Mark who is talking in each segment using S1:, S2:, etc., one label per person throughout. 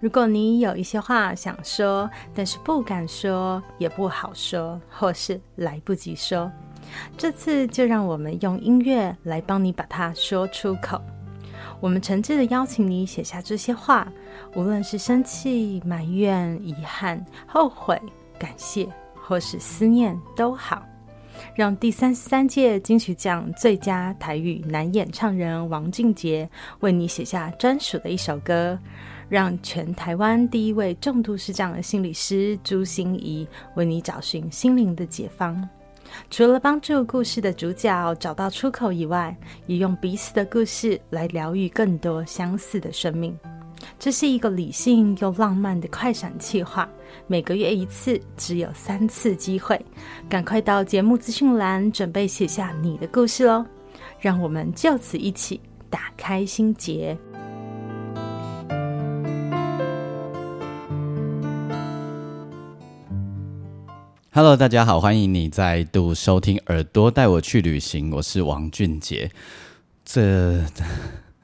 S1: 如果你有一些话想说，但是不敢说，也不好说，或是来不及说，这次就让我们用音乐来帮你把它说出口。我们诚挚的邀请你写下这些话，无论是生气、埋怨、遗憾、后悔、感谢，或是思念，都好。让第三十三届金曲奖最佳台语男演唱人王俊杰为你写下专属的一首歌，让全台湾第一位重度失障的心理师朱心怡为你找寻心灵的解放。除了帮助故事的主角找到出口以外，也用彼此的故事来疗愈更多相似的生命。这是一个理性又浪漫的快闪计划，每个月一次，只有三次机会。赶快到节目资讯栏准备写下你的故事喽！让我们就此一起打开心结。
S2: Hello，大家好，欢迎你再度收听《耳朵带我去旅行》，我是王俊杰。这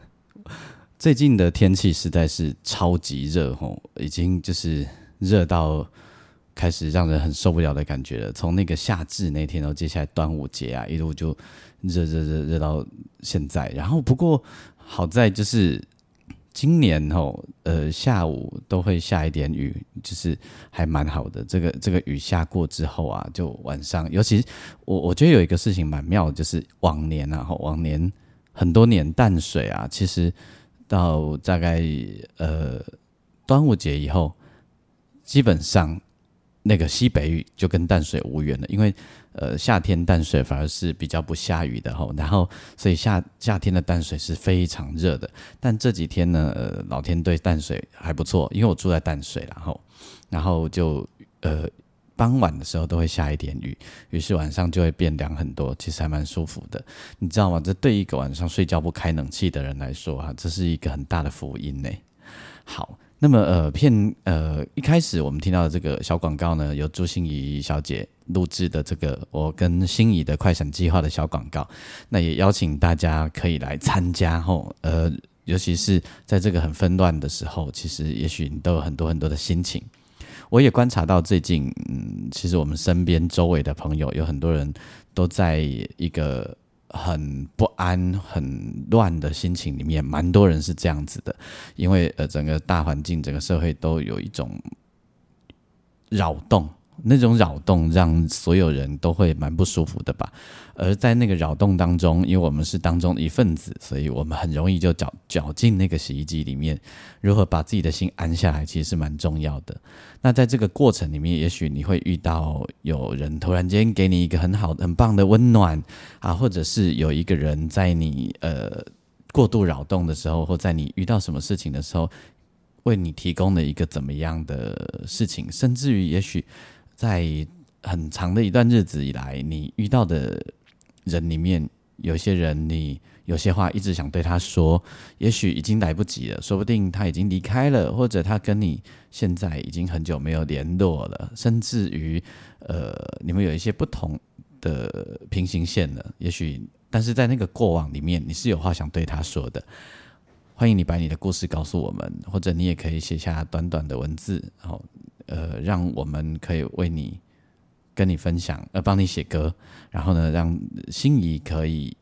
S2: 最近的天气实在是超级热吼，已经就是热到开始让人很受不了的感觉了。从那个夏至那天，然后哦接下来端午节啊，一路就热热热热到现在。然后不过好在就是今年吼，呃，下午都会下一点雨，就是还蛮好的。这个这个雨下过之后啊，就晚上，尤其我我觉得有一个事情蛮妙的，就是往年啊，吼往年很多年淡水啊，其实到大概呃端午节以后，基本上那个西北雨就跟淡水无缘了，因为呃夏天淡水反而是比较不下雨的吼，然后所以夏夏天的淡水是非常热的，但这几天呢，呃老天对淡水还不错，因为我住在淡水啦，然后然后就呃傍晚的时候都会下一点雨，于是晚上就会变凉很多，其实还蛮舒服的。你知道吗？这对一个晚上睡觉不开冷气的人来说啊，这是一个很大的福音呢。好，那么呃片呃一开始我们听到的这个小广告呢，由朱心怡小姐录制的这个我跟心怡的快闪计划的小广告，那也邀请大家可以来参加吼，呃。尤其是在这个很纷乱的时候，其实也许你都有很多很多的心情。我也观察到最近，嗯，其实我们身边周围的朋友有很多人都在一个很不安、很乱的心情里面，蛮多人是这样子的，因为呃，整个大环境、整个社会都有一种扰动，那种扰动让所有人都会蛮不舒服的吧。而在那个扰动当中，因为我们是当中的一份子，所以我们很容易就绞绞进那个洗衣机里面。如何把自己的心安下来，其实是蛮重要的。那在这个过程里面，也许你会遇到有人突然间给你一个很好、很棒的温暖啊，或者是有一个人在你呃过度扰动的时候，或在你遇到什么事情的时候，为你提供了一个怎么样的事情，甚至于也许在很长的一段日子以来，你遇到的人里面，有些人你有些话一直想对他说，也许已经来不及了，说不定他已经离开了，或者他跟你现在已经很久没有联络了，甚至于呃，你们有一些不同的平行线了，也许，但是在那个过往里面，你是有话想对他说的。欢迎你把你的故事告诉我们，或者你也可以写下短短的文字，然后呃，让我们可以为你跟你分享，呃，帮你写歌，然后呢，让心仪可以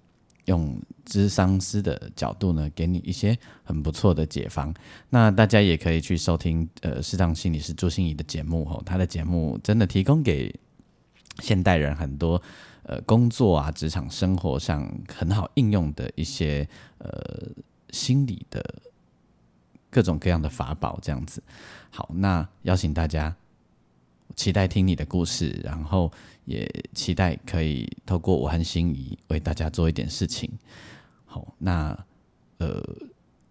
S2: 用智商师的角度呢，给你一些很不错的解方。那大家也可以去收听呃，适当心理师朱心怡的节目吼，她的节目真的提供给现代人很多呃工作啊、职场生活上很好应用的一些呃心理的各种各样的法宝这样子。好，那邀请大家期待听你的故事，然后也期待可以透过我和心仪为大家做一点事情。好，那呃，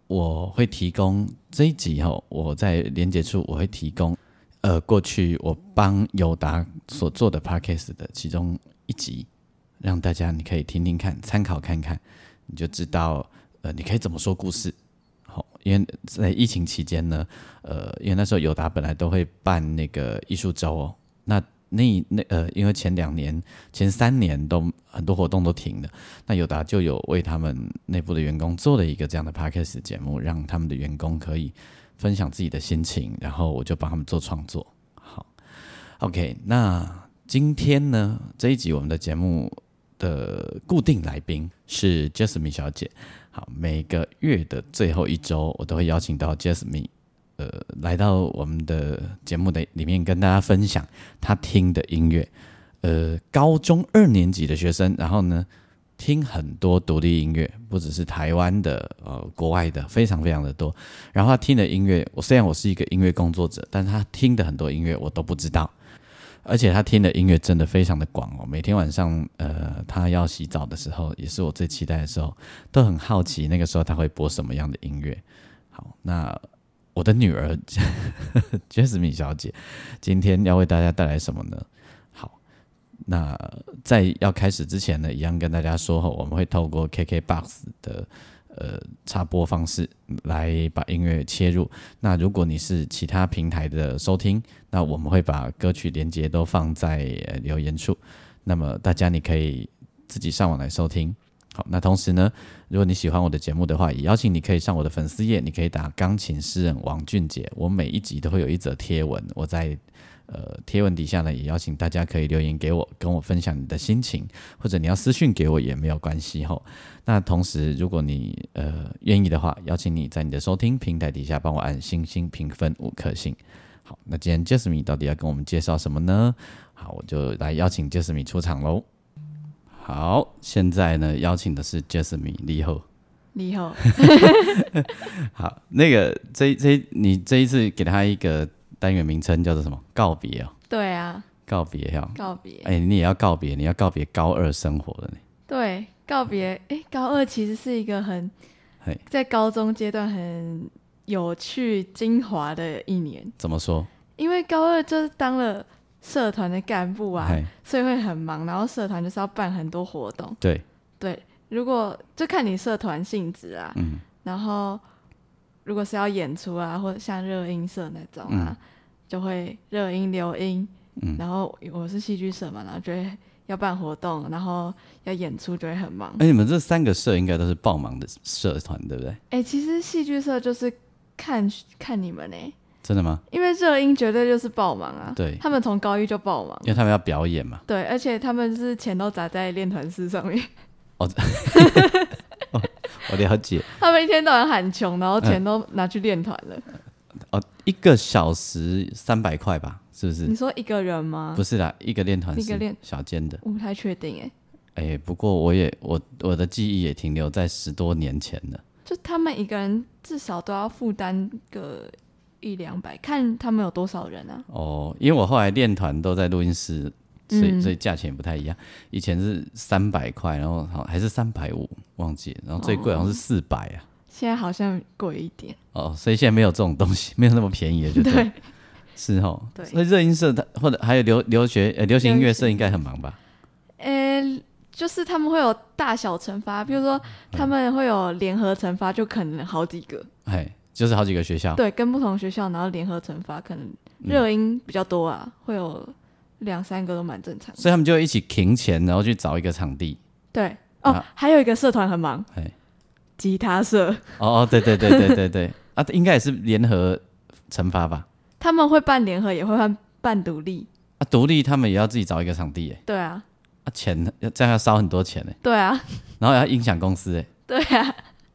S2: 我会提供这一集后、我在连接处我会提供呃过去我帮友达所做的 podcast 的其中一集，让大家你可以听听看，参考看看，你就知道呃你可以怎么说故事。好，因为在疫情期间呢，呃，因为那时候友达本来都会办那个艺术周哦，那那那呃，因为前两年、前三年都很多活动都停了，那友达就有为他们内部的员工做了一个这样的 podcast 节目，让他们的员工可以分享自己的心情，然后我就帮他们做创作。好，OK，那今天呢这一集我们的节目的固定来宾是 Jasmine 小姐。好，每个月的最后一周，我都会邀请到 Jasmine，呃，来到我们的节目的里面跟大家分享她听的音乐。呃，高中二年级的学生，然后呢，听很多独立音乐，不只是台湾的，呃，国外的，非常非常的多。然后他听的音乐，我虽然我是一个音乐工作者，但是他听的很多音乐我都不知道。而且他听的音乐真的非常的广哦，每天晚上，呃，他要洗澡的时候，也是我最期待的时候，都很好奇那个时候他会播什么样的音乐。好，那我的女儿 Jasmine 小姐今天要为大家带来什么呢？好，那在要开始之前呢，一样跟大家说，我们会透过 KKBOX 的呃插播方式来把音乐切入。那如果你是其他平台的收听，那我们会把歌曲连接都放在、呃留言处，那么大家你可以自己上网来收听。好，那同时呢，如果你喜欢我的节目的话，也邀请你可以上我的粉丝页，你可以打“钢琴诗人王俊杰”，我每一集都会有一则贴文，我在呃贴文底下呢，也邀请大家可以留言给我，跟我分享你的心情，或者你要私讯给我也没有关系吼。那同时，如果你呃愿意的话，邀请你在你的收听平台底下帮我按星星评分五颗星。好，那今天 Jasmine 到底要跟我们介绍什么呢？好，我就来邀请 Jasmine 出场喽。好，现在呢，邀请的是 Jasmine 李后。
S3: 你好，
S2: 好，那个这这你这一次给他一个单元名称叫做什么？告别哦，
S3: 对啊，
S2: 告别哦。
S3: 告别，
S2: 哎、你也要告别，你要告别高二生活了呢。
S3: 对，告别，哎、高二其实是一个很
S2: 嘿，
S3: 在高中阶段很有趣精华的一年，
S2: 怎么说？
S3: 因为高二就是当了社团的干部啊，
S2: 嘿
S3: 所以会很忙，然后社团就是要办很多活动，
S2: 对，
S3: 对，如果就看你社团性质啊，
S2: 嗯
S3: 然后如果是要演出啊，或者像热音社那种啊，就会热音、留音，
S2: 嗯。
S3: 然后我是戏剧社嘛，然后就会要办活动，然后要演出，就会很忙。
S2: 哎、你们这三个社应该都是爆忙的社团，对不对？
S3: 哎、其实戏剧社就是看看你们呢、欸
S2: 真的吗？
S3: 因为热音绝对就是爆忙啊。
S2: 对
S3: 他们从高一就爆忙
S2: 因，为他们要表演嘛。
S3: 对，而且他们是钱都砸在练团室上面，
S2: 我了解。
S3: 他们一天到晚喊穷，然后
S2: 嗯
S3: 钱都拿去练团了。
S2: 哦，一个小时三百块吧，是不是？
S3: 你说一个人吗？
S2: 不是啦，一个练团
S3: 一个
S2: 是
S3: 练
S2: 小间的。
S3: 我不太确定哎、
S2: 哎、不过我也我我的记忆也停留在十多年前了。
S3: 就他们一个人至少都要负担个一两百，看他们有多少人啊。
S2: 哦，因为我后来练团都在录音室，所以
S3: 嗯
S2: 所以价钱不太一样。以前是三百块，然后好还是三百五，忘记了。然后最贵好像是
S3: 哦
S2: 四百啊。
S3: 现在好像贵一点，
S2: 哦，所以现在没有这种东西，没有那么便宜的，就对。
S3: 对。
S2: 是哦，
S3: 对
S2: 所以热音社它或者还有流流学呃流行音乐社
S3: 流行
S2: 应该很忙吧？
S3: 呃、就是他们会有大小惩罚，比如
S2: 嗯
S3: 说他们会有联合惩罚，就可能好几个，
S2: 哎，就是好几个学校。
S3: 对，跟不同学校然后联合惩罚，可能热音比较多
S2: 嗯
S3: 啊，会有两三个都蛮正常的。
S2: 所以他们就一起停钱，然后去找一个场地。
S3: 对哦，
S2: 啊
S3: 还有一个社团很忙，
S2: 哎，
S3: 吉他社，
S2: 哦哦，对对对对对 对，啊，应该也是联合惩罚吧？
S3: 他们会办联合，也会办办独立，
S2: 啊，独立他们也要自己找一个场地，哎，
S3: 对啊，
S2: 啊，钱呢这样要烧很多钱哎，
S3: 对啊，
S2: 然后也要影响公司哎，
S3: 对啊，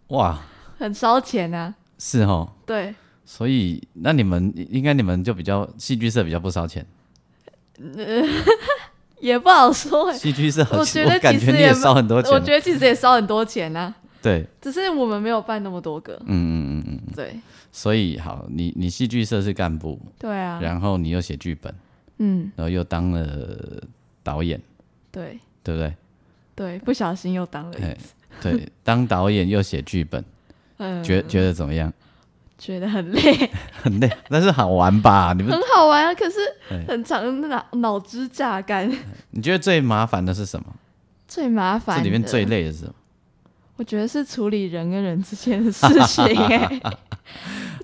S2: 哇，
S3: 很烧钱啊，
S2: 是哦，
S3: 对，
S2: 所以那你们应该你们就比较戏剧社比较不烧钱，
S3: 也不好说、 欸，
S2: 戏剧社很
S3: 我觉得
S2: 感
S3: 其
S2: 觉
S3: 实
S2: 你
S3: 也
S2: 也
S3: 不
S2: 烧很多
S3: 我
S2: 钱，
S3: 觉得其实也烧很多钱啊，
S2: 对，
S3: 只是我们没有办那么多个，
S2: 嗯嗯嗯嗯，
S3: 对，
S2: 所以好，你你戏剧社是干部，
S3: 对啊，
S2: 然后你又写剧本，
S3: 嗯，
S2: 然后又当了导演，
S3: 对
S2: 对不对？
S3: 对，不小心又当了
S2: 哎
S3: 一次，
S2: 对， 当导演又写剧本，
S3: 嗯，
S2: 觉觉得怎么样？
S3: 觉得很累，
S2: 很累，但是好玩吧？你们
S3: 很好玩啊，可是
S2: 对
S3: 很长的脑脑汁榨干，
S2: 你觉得最麻烦的是什么？
S3: 最麻烦
S2: 这
S3: 的。
S2: 里面最累的是什么？
S3: 我觉得是处理人跟人之间的事 情、 哎，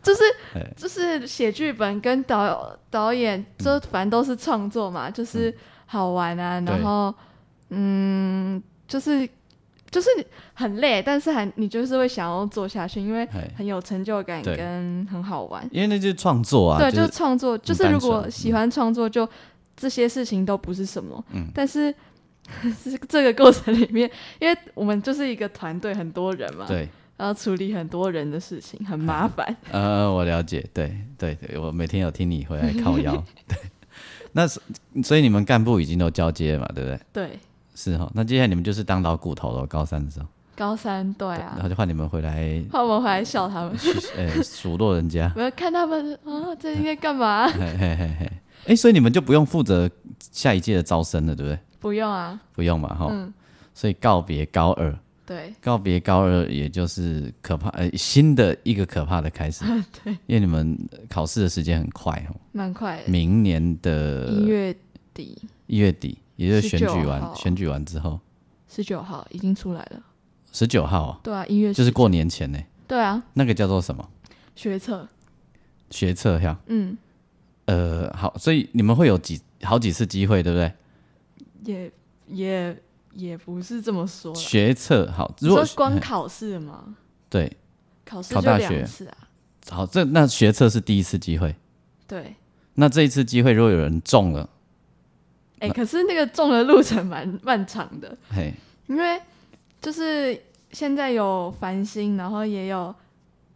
S3: 就是
S2: 哎
S3: 就是写剧本跟导导演，就反正都是创作嘛，就是好玩啊，
S2: 嗯对
S3: 然后嗯，就是就是很累，但是还你就是会想要做下去，因为
S2: 哎
S3: 很有成就感
S2: 对
S3: 跟很好玩。
S2: 因为那就是创作啊，
S3: 对，
S2: 就
S3: 就是创作，就
S2: 很
S3: 是如
S2: 单纯
S3: 果喜欢创作，就这些事情都不是什么。
S2: 嗯
S3: 但是是这个过程里面，因为我们就是一个团队，很多人嘛，，
S2: 对，
S3: 然后处理很多人的事情，很麻烦。
S2: 呃，我了解，对对对，我每天有听你回来靠 腰，对，那是所以你们干部已经都交接了嘛，对不对？
S3: 对，
S2: 是哈，那接下来你们就是当老骨头了，高三的时候，
S3: 高三对啊
S2: 然，后就换你们回来
S3: 怕我们回来笑他 们，
S2: 去 呃数落人家，
S3: 我要看他们啊， 这应该干嘛？
S2: 嘿嘿嘿嘿，哎，所以你们就不用负责下一届的招生了，对不对？
S3: 不用啊，
S2: 不用嘛，哈，
S3: 嗯，
S2: 所以告别高二，
S3: 对
S2: 告别高二，也就是可怕呃新的一个可怕的开始，
S3: 对，
S2: 因为你们考试的时间很快哦，
S3: 蛮快的，
S2: 明年的
S3: 一月底
S2: 一月底，也就是选举
S3: 19
S2: 完
S3: 号
S2: 选举完之后，
S3: 十九号已经出来了。
S2: 十九号、啊、
S3: 对啊，一月
S2: 就是
S3: 19
S2: 过年前呢、
S3: 对啊，
S2: 那个叫做什么
S3: 学测，
S2: 学测票？
S3: 嗯，
S2: 呃，好，所以你们会有几好几次机会，对不对？
S3: 也也也不是这么说啦。
S2: 学测好，
S3: 你
S2: 如果
S3: 说光
S2: 嘿
S3: 考试吗？
S2: 对
S3: 考试
S2: 考
S3: 就
S2: 大学
S3: 两次啊，
S2: 好，这那学测是第一次机会，
S3: 对。
S2: 那这一次机会如果有人中了，
S3: 哎、可是那个中的路程蛮漫长的，
S2: 嘿，
S3: 因为就是现在有繁星，然后也有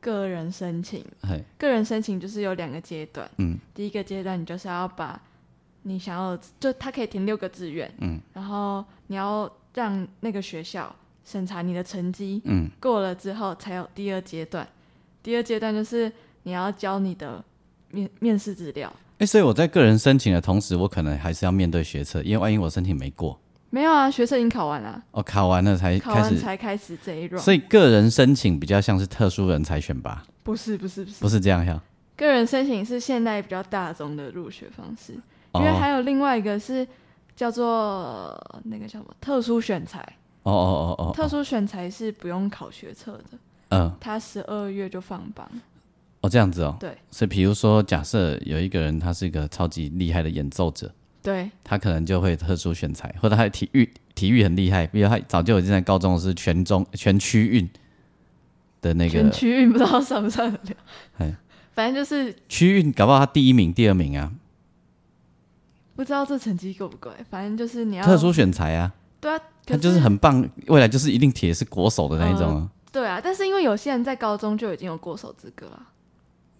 S3: 个人申请。
S2: 嘿，
S3: 个人申请就是有两个阶段，
S2: 嗯，
S3: 第一个阶段你就是要把你想要的，就他可以填六个志愿，
S2: 嗯，
S3: 然后你要让那个学校审查你的成绩，
S2: 嗯，
S3: 过了之后才有第二阶段。第二阶段就是你要交你的面面试资料，
S2: 哎，所以我在个人申请的同时，我可能还是要面对学测，因为万一我申请没过，
S3: 没有啊，学生已经考完了，
S2: 哦，考完了才
S3: 考
S2: 开
S3: 完
S2: 始，
S3: 才开始这一 round。
S2: 所以个人申请比较像是特殊人才选拔，
S3: 不是不是不是
S2: 不，是这样呀？
S3: 个人申请是现代比较大众的入学方式，因为还
S2: 哦
S3: 有另外一个是叫做呃那个叫什么特殊选材。
S2: 哦哦哦哦，
S3: 特殊选材是不用考学测的，
S2: 嗯。
S3: 他十二月就放榜。
S2: 哦，这样子哦。
S3: 对。
S2: 所以，比如说，假设有一个人他是一个超级厉害的演奏者，
S3: 对
S2: 他可能就会特殊选材，或者他体育体育很厉害，比如他早就已经在高中是全中全区运的那
S3: 全
S2: 个
S3: 区域不知道上不上得
S2: 哎
S3: 了，反正就是
S2: 区运，搞不好他第一名、第二名啊，
S3: 不知道这成绩够不够，欸反正就是你要
S2: 特殊选材啊，
S3: 对啊，可
S2: 他就是很棒，未来就是一定铁是国手的那一种啊。
S3: 对啊，但是因为有些人在高中就已经有过手资格了，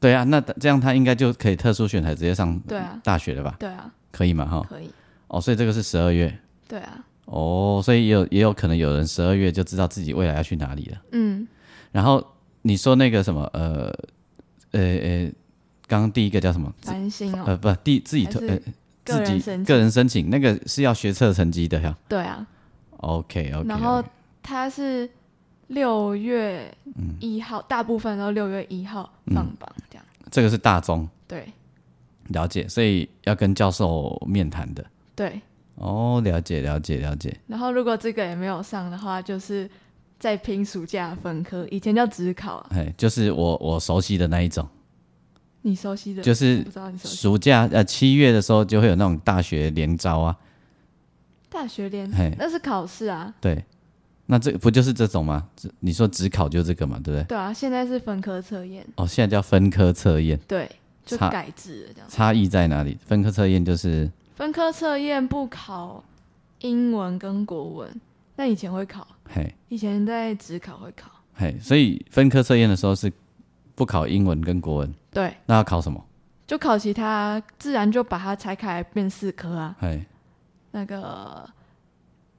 S2: 对啊，那这样他应该就可以特殊选材直接上
S3: 对啊
S2: 大学了吧？
S3: 对啊，
S2: 可以嘛哈？
S3: 可以，
S2: 嗯哦，所以这个是十二月
S3: 对啊，
S2: 哦，所以也有也有可能有人十二月就知道自己未来要去哪里了。
S3: 嗯，
S2: 然后你说那个什么，呃，呃呃，刚刚第一个叫什么？自
S3: 繁星哦，
S2: 呃，不，第自己
S3: 还
S2: 特
S3: 是
S2: 呃
S3: 个
S2: 自
S3: 人
S2: 己
S3: 申
S2: 个
S3: 请，
S2: 人申请，那个是要学测成绩的呀。
S3: 对啊，
S2: OK OK，
S3: 然后他是六月
S2: 嗯
S3: 一号，大部分都六月一号放榜这样，
S2: 这个是大中
S3: 对
S2: 了解，所以要跟教授面谈的。
S3: 对，
S2: 哦，了解了解了解，
S3: 然后如果这个也没有上的话，就是再拼暑假分科，以前叫职考啊，
S2: 哎，就是我我熟悉的那一种，
S3: 你熟悉的，
S2: 就是
S3: 不知道你熟悉
S2: 暑假呃七月的时候就会有那种大学联招啊，
S3: 大学联
S2: 嘿，
S3: 那是考试啊，
S2: 对，那这不就是这种吗？这你说只考就这个嘛，对不对？
S3: 对啊，现在是分科测验，
S2: 哦，现在叫分科测验。
S3: 对，就
S2: 差
S3: 改制了这样。
S2: 差异在哪里？分科测验就是
S3: 分科测验不考英文跟国文，但以前会考，
S2: 嘿
S3: 以前在职考会考，
S2: 嘿，所以分科测验的时候是不考英文跟国文，
S3: 对，
S2: 那要考什么？
S3: 就考其他，自然就把它拆开来变四科啊，
S2: 嘿，
S3: 那个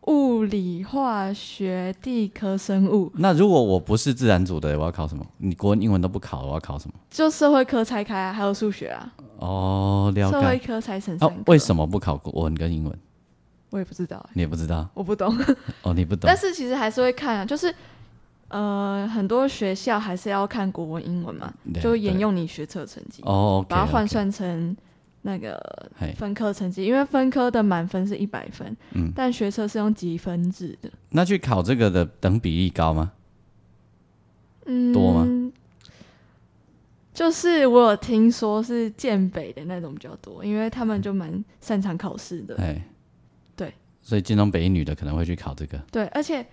S3: 物理、化学、地科、生物，
S2: 那如果我不是自然组的，我要考什么？你国文、英文都不考，我要考什么？
S3: 就社会科拆开啊，还有数学啊，
S2: 哦，了
S3: 社会
S2: 解。
S3: 科才省
S2: 哦
S3: 三科、，
S2: 为什么不考国文跟英文？
S3: 我也不知道、 欸，
S2: 你也不知道
S3: 我不懂。
S2: 哦，你不懂
S3: 但。是其实还是会看啊，就是呃，很多学校还是要看国文、英文嘛，
S2: 对
S3: 就沿用你学测成绩，
S2: 哦，OK，OK，
S3: 把它换算成那个
S2: 嘿，
S3: 分科成绩，因为分科的满分是一百分，
S2: 嗯
S3: 但学测是用积分制的，
S2: 那去考这个的等比例高吗？
S3: 嗯，
S2: 多
S3: 就是我有听说是建北的那种比较多，因为他们就蛮擅长考试的。
S2: 哎，
S3: 对，
S2: 所以建中北一女的可能会去考这个，
S3: 对，而且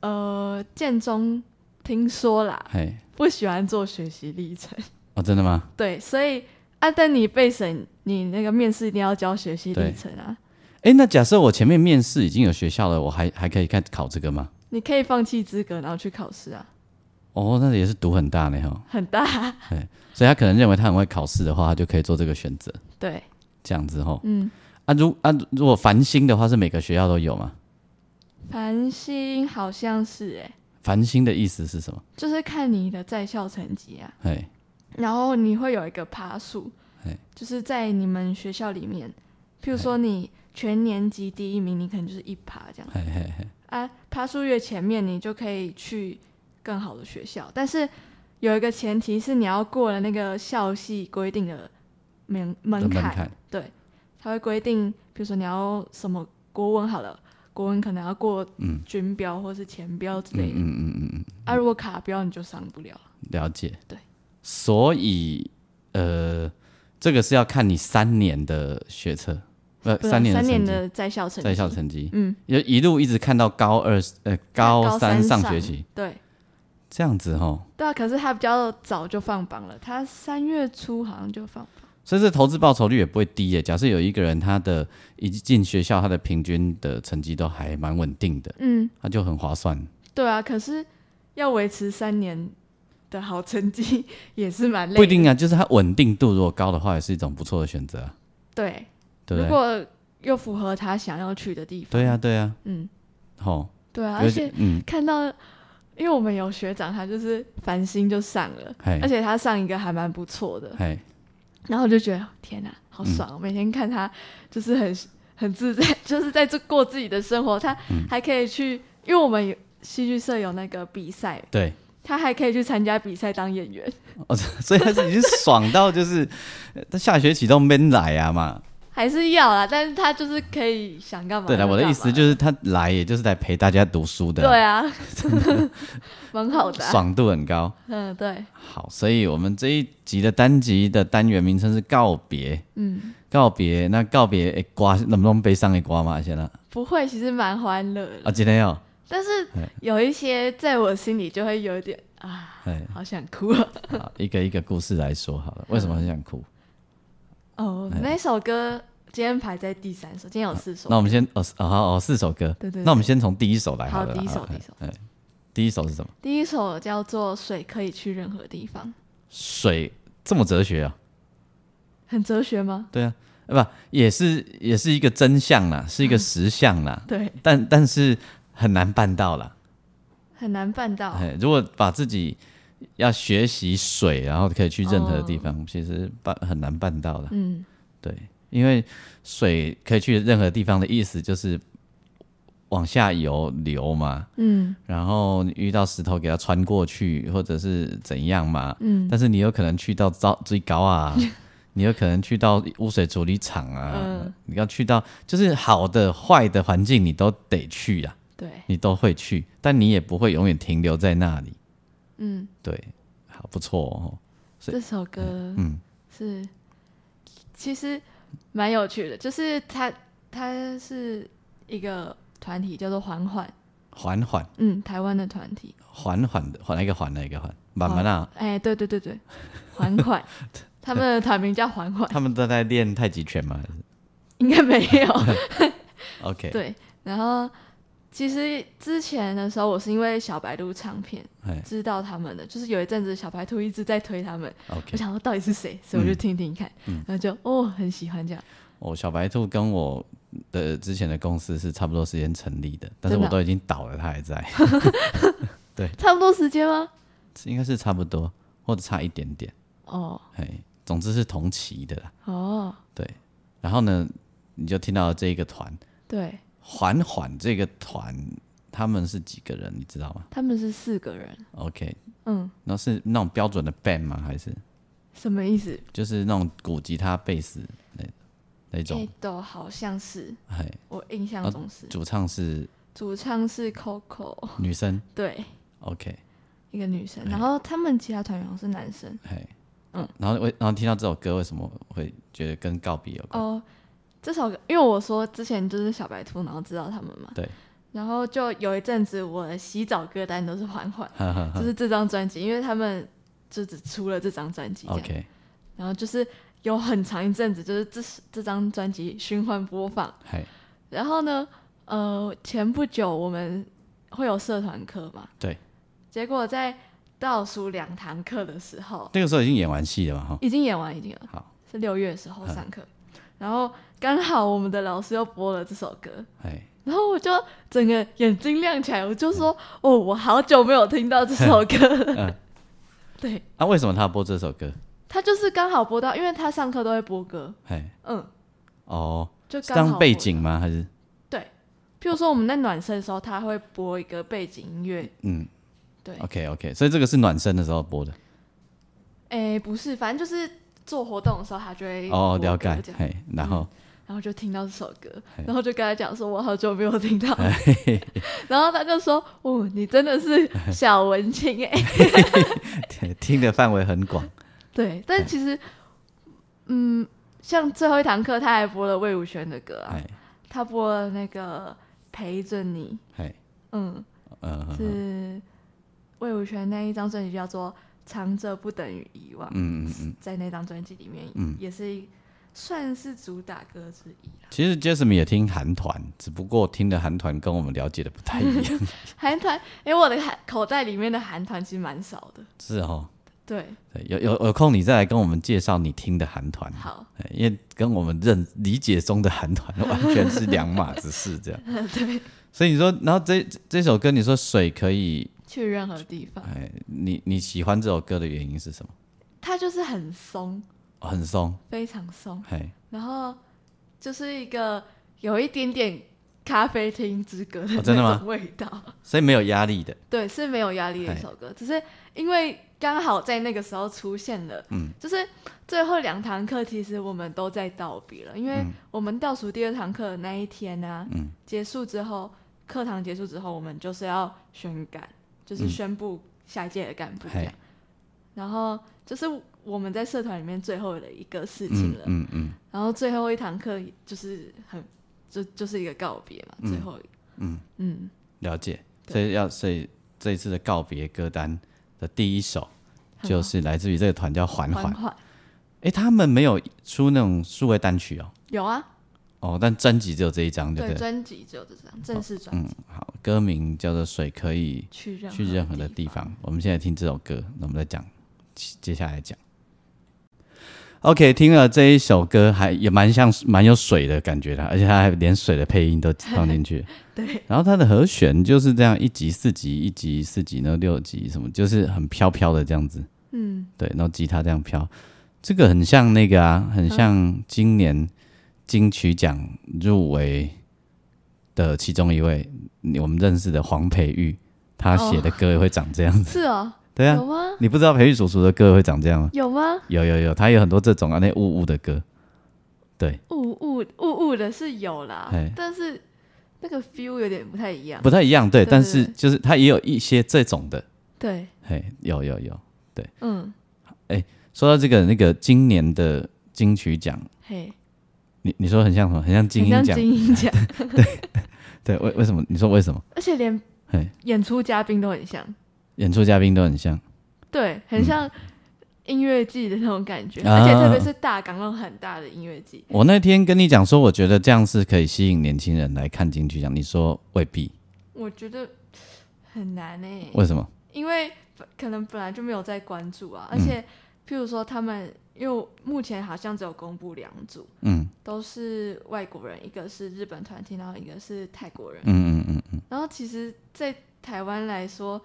S3: 呃，建中听说啦，
S2: 嘿，
S3: 不喜欢做学习历程，
S2: 哦，真的吗？
S3: 对，所以啊，但你备审，你那个面试一定要交学习历程啊，
S2: 哎，那假设我前面面试已经有学校了，我还还可以看考这个吗？
S3: 你可以放弃资格，然后去考试啊，
S2: 哦，那也是赌很大呢哈，
S3: 很大 啊，
S2: 所以他可能认为他很会考试的话，他就可以做这个选择，
S3: 对，
S2: 这样子哈。
S3: 嗯，
S2: 啊，如啊如果繁星的话，是每个学校都有吗？
S3: 繁星好像是哎、
S2: 繁星的意思是什么？
S3: 就是看你的在校成绩啊，
S2: 嘿，
S3: 然后你会有一个趴数
S2: 嘿，
S3: 就是在你们学校里面，譬如说你全年级第一名，你可能就是一趴这样
S2: 嘿嘿嘿，
S3: 啊，趴数越前面，你就可以去更好的学校，但是有一个前提是你要过了那个校系规定的门门
S2: 的门
S3: 槛，
S2: 槛
S3: 对，它会规定，比如说你要什么国文好了，国文可能要过
S2: 嗯
S3: 军标或是前标之
S2: 嗯
S3: 类的，
S2: 嗯嗯嗯嗯，
S3: 啊，如果卡标你就上不了。
S2: 了解。
S3: 对，
S2: 所以呃，这个是要看你三年的学测，呃，
S3: 不是啊
S2: 三年的
S3: 三年
S2: 成绩，
S3: 的在校成绩，
S2: 在校成绩，
S3: 嗯，
S2: 就一路一直看到高二呃高
S3: 三
S2: 上学期，
S3: 对
S2: 这样子哈。
S3: 对啊，可是他比较早就放榜了，他三月初好像就放榜，
S2: 所以这投资报酬率也不会低耶。假设有一个人他的一进学校，他的平均的成绩都还蛮稳定的，
S3: 嗯，
S2: 他就很划算。
S3: 对啊，可是要维持三年的好成绩 也是蛮累的，
S2: 不一定啊，就是它稳定度如果高的话，也是一种不错的选择、啊，
S3: 对，
S2: 对
S3: 如
S2: 不对？
S3: 果又符合他想要去的地方，
S2: 对呀、啊，，对呀、
S3: 嗯，
S2: 啊，吼，
S3: 对啊，
S2: 有
S3: 而且
S2: 嗯，
S3: 看到。因为我们有学长，他就是繁星就上了，
S2: 嘿
S3: 而且他上一个还蛮不错的，
S2: 嘿，
S3: 然后我就觉得天哪、好
S2: 嗯
S3: 爽哦、每天看他就是很很自在， 就是在这过自己的生活。他
S2: 嗯
S3: 还可以去，因为我们有戏剧社有那个比赛，
S2: 对，
S3: 他还可以去参加比赛当演员，
S2: 哦， 所以他是已经爽到就是，呃他下学期都没来啊 嘛。
S3: 还是要啦。但是他就是可以想干嘛就
S2: 对
S3: 干
S2: 了，
S3: 嘛。，
S2: 我的意思就是是他来也就是来陪大家读书的，
S3: 对啊， 蛮好的啊、
S2: 爽度很高。
S3: 嗯，对，
S2: 好，所以我们这一集的单集的单元名称是告别，
S3: 嗯，
S2: 告别，那告别诶，瓜能不能悲伤的瓜嘛？现在
S3: 不会，其实蛮欢乐的。
S2: 啊，今 天哦，
S3: 但是有一些在我心里就会有一点啊，
S2: 哎，
S3: 好想哭啊。
S2: 好，一个一个故事来说好了。为什么很想哭？
S3: 哦，那首歌今天排在第三首，今天有四首
S2: 哎那。我们先哦是哦好哦四首歌，
S3: 对对对
S2: 那我们先从第一首来好了啦。
S3: 好第一首
S2: 好
S3: 第一首，
S2: 哎，第一首是什么？
S3: 第一首叫做《水可以去任何地方》，
S2: 水这么哲学啊？
S3: 很哲学吗？
S2: 对啊，呃不也是也是一个真相啦，是一个实相啦，
S3: 对，
S2: 但但是很难办到啦。
S3: 很难办到。
S2: 哎，如果把自己要学习水，然后可以去任何地
S3: 哦
S2: 方，其实办很难办到的。
S3: 嗯，
S2: 对，因为水可以去任何地方的意思就是往下游流嘛，
S3: 嗯
S2: 然后你遇到石头给它穿过去，或者是怎样嘛。
S3: 嗯
S2: 但是你有可能去到糟最高 啊，你有可能去到污水处理厂啊，
S3: 嗯
S2: 你要去到就是好的坏的环境你都得去啊，
S3: 对，
S2: 你都会去，但你也不会永远停留在那里。
S3: 嗯，
S2: 对，好不错哦。对
S3: 这首歌
S2: 嗯，
S3: 是其实蛮有趣的，就是它它是一个团体叫做缓缓，
S2: 缓缓
S3: 嗯，台湾的团体。
S2: 缓缓的缓，哪一个缓哪一个缓？慢慢啊，
S3: 哎，对对对对，缓缓，他们的团名叫缓缓，
S2: 他们都在练太极拳嘛。还是
S3: 应该没有。
S2: OK，
S3: 对，然后其实之前的时候，我是因为小白鹿唱片
S2: 哎
S3: 知道他们的，就是有一阵子小白兔一直在推他们，我
S2: ，OK。
S3: 想说到底是谁，所以我就听听看，然后就哦很喜欢这样，
S2: 我、哦小白兔跟我的之前的公司是差不多时间成立的，但是
S3: 真
S2: 我
S3: 的啊
S2: 都已经倒了，他还在，
S3: 差不多时间吗？
S2: 应该是差不多或者差一点点。
S3: 哦，
S2: 嘿，总之是同期的啦。
S3: 哦，
S2: 对，然后呢，你就听到这一个团
S3: 对，
S2: 缓缓这个团，他们是几个人，你知道吗
S3: 他们是四个人，
S2: ？OK，
S3: 嗯，
S2: 那是那种标准的 band 吗？还是
S3: 什么意思？
S2: 就是那种古吉他、贝斯那那种
S3: 诶？都好像是，
S2: 哎，
S3: 我印象中是，
S2: 主唱是
S3: 主唱是 Coco，
S2: 女生
S3: 对，
S2: ，OK，
S3: 一个女生，然后他们其他团员好像是男生。
S2: 哎，
S3: 嗯，
S2: 然后为然后听到这首歌，为什么会觉得跟告别有关？
S3: 哦，这首歌，因为我说之前就是小白兔，然后知道他们嘛，
S2: 对，
S3: 然后就有一阵子我的洗澡歌单都是缓缓，
S2: 哈哈
S3: 就
S2: 哈
S3: 是这张专辑，因为他们就只出了这张专辑这样
S2: ，OK，
S3: 然后就是有很长一阵子就是这这张专辑循环播放，
S2: 嗨，
S3: 然后呢，呃，前不久我们会有社团课嘛，
S2: 对，
S3: 结果在倒数两堂课的时候，
S2: 那个时候已经演完戏了嘛，哈，
S3: 已经演完，已经了，
S2: 好，
S3: 是六月的时候
S2: 嗯
S3: 上课，然后刚好我们的老师又播了这首歌，
S2: 哎，
S3: 然后我就整个眼睛亮起来，我就说：“哦，我好久没有听到这首歌 了。对
S2: 那、为什么他播这首歌？
S3: 他就是刚好播到，因为他上课都会播歌，
S2: 哎，
S3: 嗯，
S2: 哦，
S3: 就是刚
S2: 当
S3: 好播
S2: 背。景吗？还是
S3: 对，譬如说我们在暖身的时候，他会播一个背景音乐。
S2: 嗯
S3: 对，
S2: ，OK OK，所以这个是暖身的时候播的。
S3: 哎，不是，反正就是做活动的时候，他就会
S2: 哦
S3: 播，歌
S2: 了解
S3: 这，样
S2: 嘿，然后、
S3: 然后就听到这首歌
S2: 嘿，
S3: 然后就跟他讲说，我好久没有听到， 然后他就说，哦，你真的是小文青哎、
S2: 听听的范围很广，
S3: 对，但其实，嗯，像最后一堂课，他还播了魏如萱的歌啊
S2: 哎，
S3: 他播了那个陪着你，
S2: 哎，
S3: 嗯，
S2: 嗯嗯
S3: 是魏如萱那一张专辑叫做《藏着不等于遗忘》，
S2: 嗯嗯，
S3: 在那张专辑里面
S2: 嗯
S3: 也是一算是主打歌之一啦。
S2: 其实 Jasmine 也听韩团，只不过听的韩团跟我们了解的不太一 样，
S3: 韩团，因为我的韩口袋里面的韩团其实蛮少的，
S2: 是哦。
S3: 对，
S2: 对，有有有空你再来跟我们介绍你听的韩团，
S3: 好，
S2: 哎因为跟我们认理解中的韩团完全是两码子事，这样。
S3: 对，
S2: 所以你说，然后这这这首歌，你说水可以，
S3: 去任何地方，
S2: 哎，你你喜欢这首歌的原因是什么？
S3: 它就是很松，
S2: 哦很松，
S3: 非常松。
S2: 嘿，
S3: 然后就是一个有一点点咖啡厅之歌的
S2: 哦真的吗
S3: 那种味道，
S2: 所以没有压力的。
S3: 对，是没有压力的
S2: 哎
S3: 一首歌，只是因为刚好在那个时候出现了，
S2: 嗯，
S3: 就是最后两堂课其实我们都在道别了，因为我们倒数第二堂课的那一天呢、啊，
S2: 嗯，
S3: 结束之后，课堂结束之后，我们就是要宣干，就是
S2: 嗯
S3: 宣布下一届的干部这
S2: 嘿
S3: 样，然后就是我们在社团里面最后的一个事
S2: 嗯
S3: 情了，
S2: 嗯嗯
S3: 然后最后一堂课就是很就就是一个告别嘛，最后
S2: 嗯，
S3: 嗯
S2: 了解。
S3: 对
S2: 所以要所以这一次的告别歌单的第一首
S3: 很
S2: 就
S3: 好
S2: 是来自于这个团叫缓
S3: 缓
S2: 缓。
S3: 缓
S2: 哎，他们没有出那种数位单曲哦，
S3: 有啊，
S2: 哦，但专辑只有这一张，对不
S3: 对，
S2: 对？
S3: 专辑只有这张正式专
S2: 嗯
S3: 辑，，
S2: 好，歌名叫做《水可以
S3: 去任
S2: 去任何的地方》。我们现在听这首歌，那我们再讲其接下来讲。OK，听了这一首歌，还也蛮像蛮有水的感觉的，而且它还连水的配音都放进去。
S3: 对，
S2: 然后它的和弦就是这样，一级四级，一级四级，然后六级什么，就是很飘飘的这样子。
S3: 嗯，
S2: 对，然后吉他这样飘，这个很像那个啊，很像今年金曲奖入围的其中一位你我们认识的黄培玉，他写的歌也会长这样子。
S3: 是哦，
S2: 对啊
S3: 有，吗？
S2: 你不知道培玉叔叔的歌会长这样吗？
S3: 有吗？
S2: 有有有，他有很多这种啊，那雾雾的歌。对，
S3: 雾雾雾雾的是有啦
S2: 嘿，
S3: 但是那个 feel 有点不太一样
S2: 不。太一样，对，
S3: 啊对
S2: 但
S3: 对
S2: 是
S3: 对
S2: 就是他也有一些这种的，
S3: 对，
S2: 嘿，有有有。
S3: 嗯，
S2: 说到这个那个今年的金曲奖，
S3: 嘿，
S2: 你你说很像什么？很像金
S3: 很
S2: 鹰
S3: 像
S2: 奖？
S3: 精英奖，
S2: 对，为为什么？你说为什么？
S3: 而且连
S2: 嘿，
S3: 演出嘉宾都很像，
S2: 演出嘉宾都很像。
S3: 对，很像音乐季的那种感觉，
S2: 啊
S3: 而且特别是大港那种很大的音乐季，
S2: 我那天跟你讲说，我觉得这样是可以吸引年轻人来看金曲奖，你说未必？
S3: 我觉得很难呢、
S2: 为什么？
S3: 因为本可能本来就没有在关注啊，而
S2: 嗯
S3: 且譬如说他们，因为目前好像只有公布两组，
S2: 嗯
S3: 都是外国人，一个是日本团体，然后一个是泰国人。
S2: 嗯嗯嗯嗯，
S3: 然后其实，在台湾来说，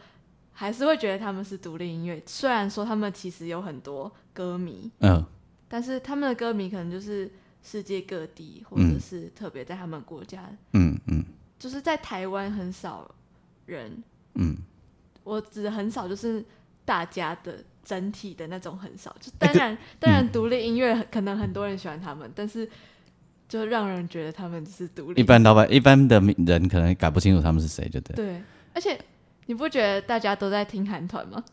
S3: 还是会觉得他们是独立音乐，虽然说他们其实有很多歌迷，
S2: 嗯，
S3: 但是他们的歌迷可能就是世界各地，或者是特别在他们国家，
S2: 嗯嗯
S3: 就是在台湾很少人，
S2: 嗯，
S3: 我指的很少就是大家的整体的那种很少，就
S2: 哎
S3: 当
S2: 可
S3: 然、当然独立音乐很可能很多人喜欢他们，但是就让人觉得他们只是独立
S2: 一，般老板一般的民人可能搞不清楚他们是谁，就对。
S3: 对，而且你不觉得大家都在听韩团吗？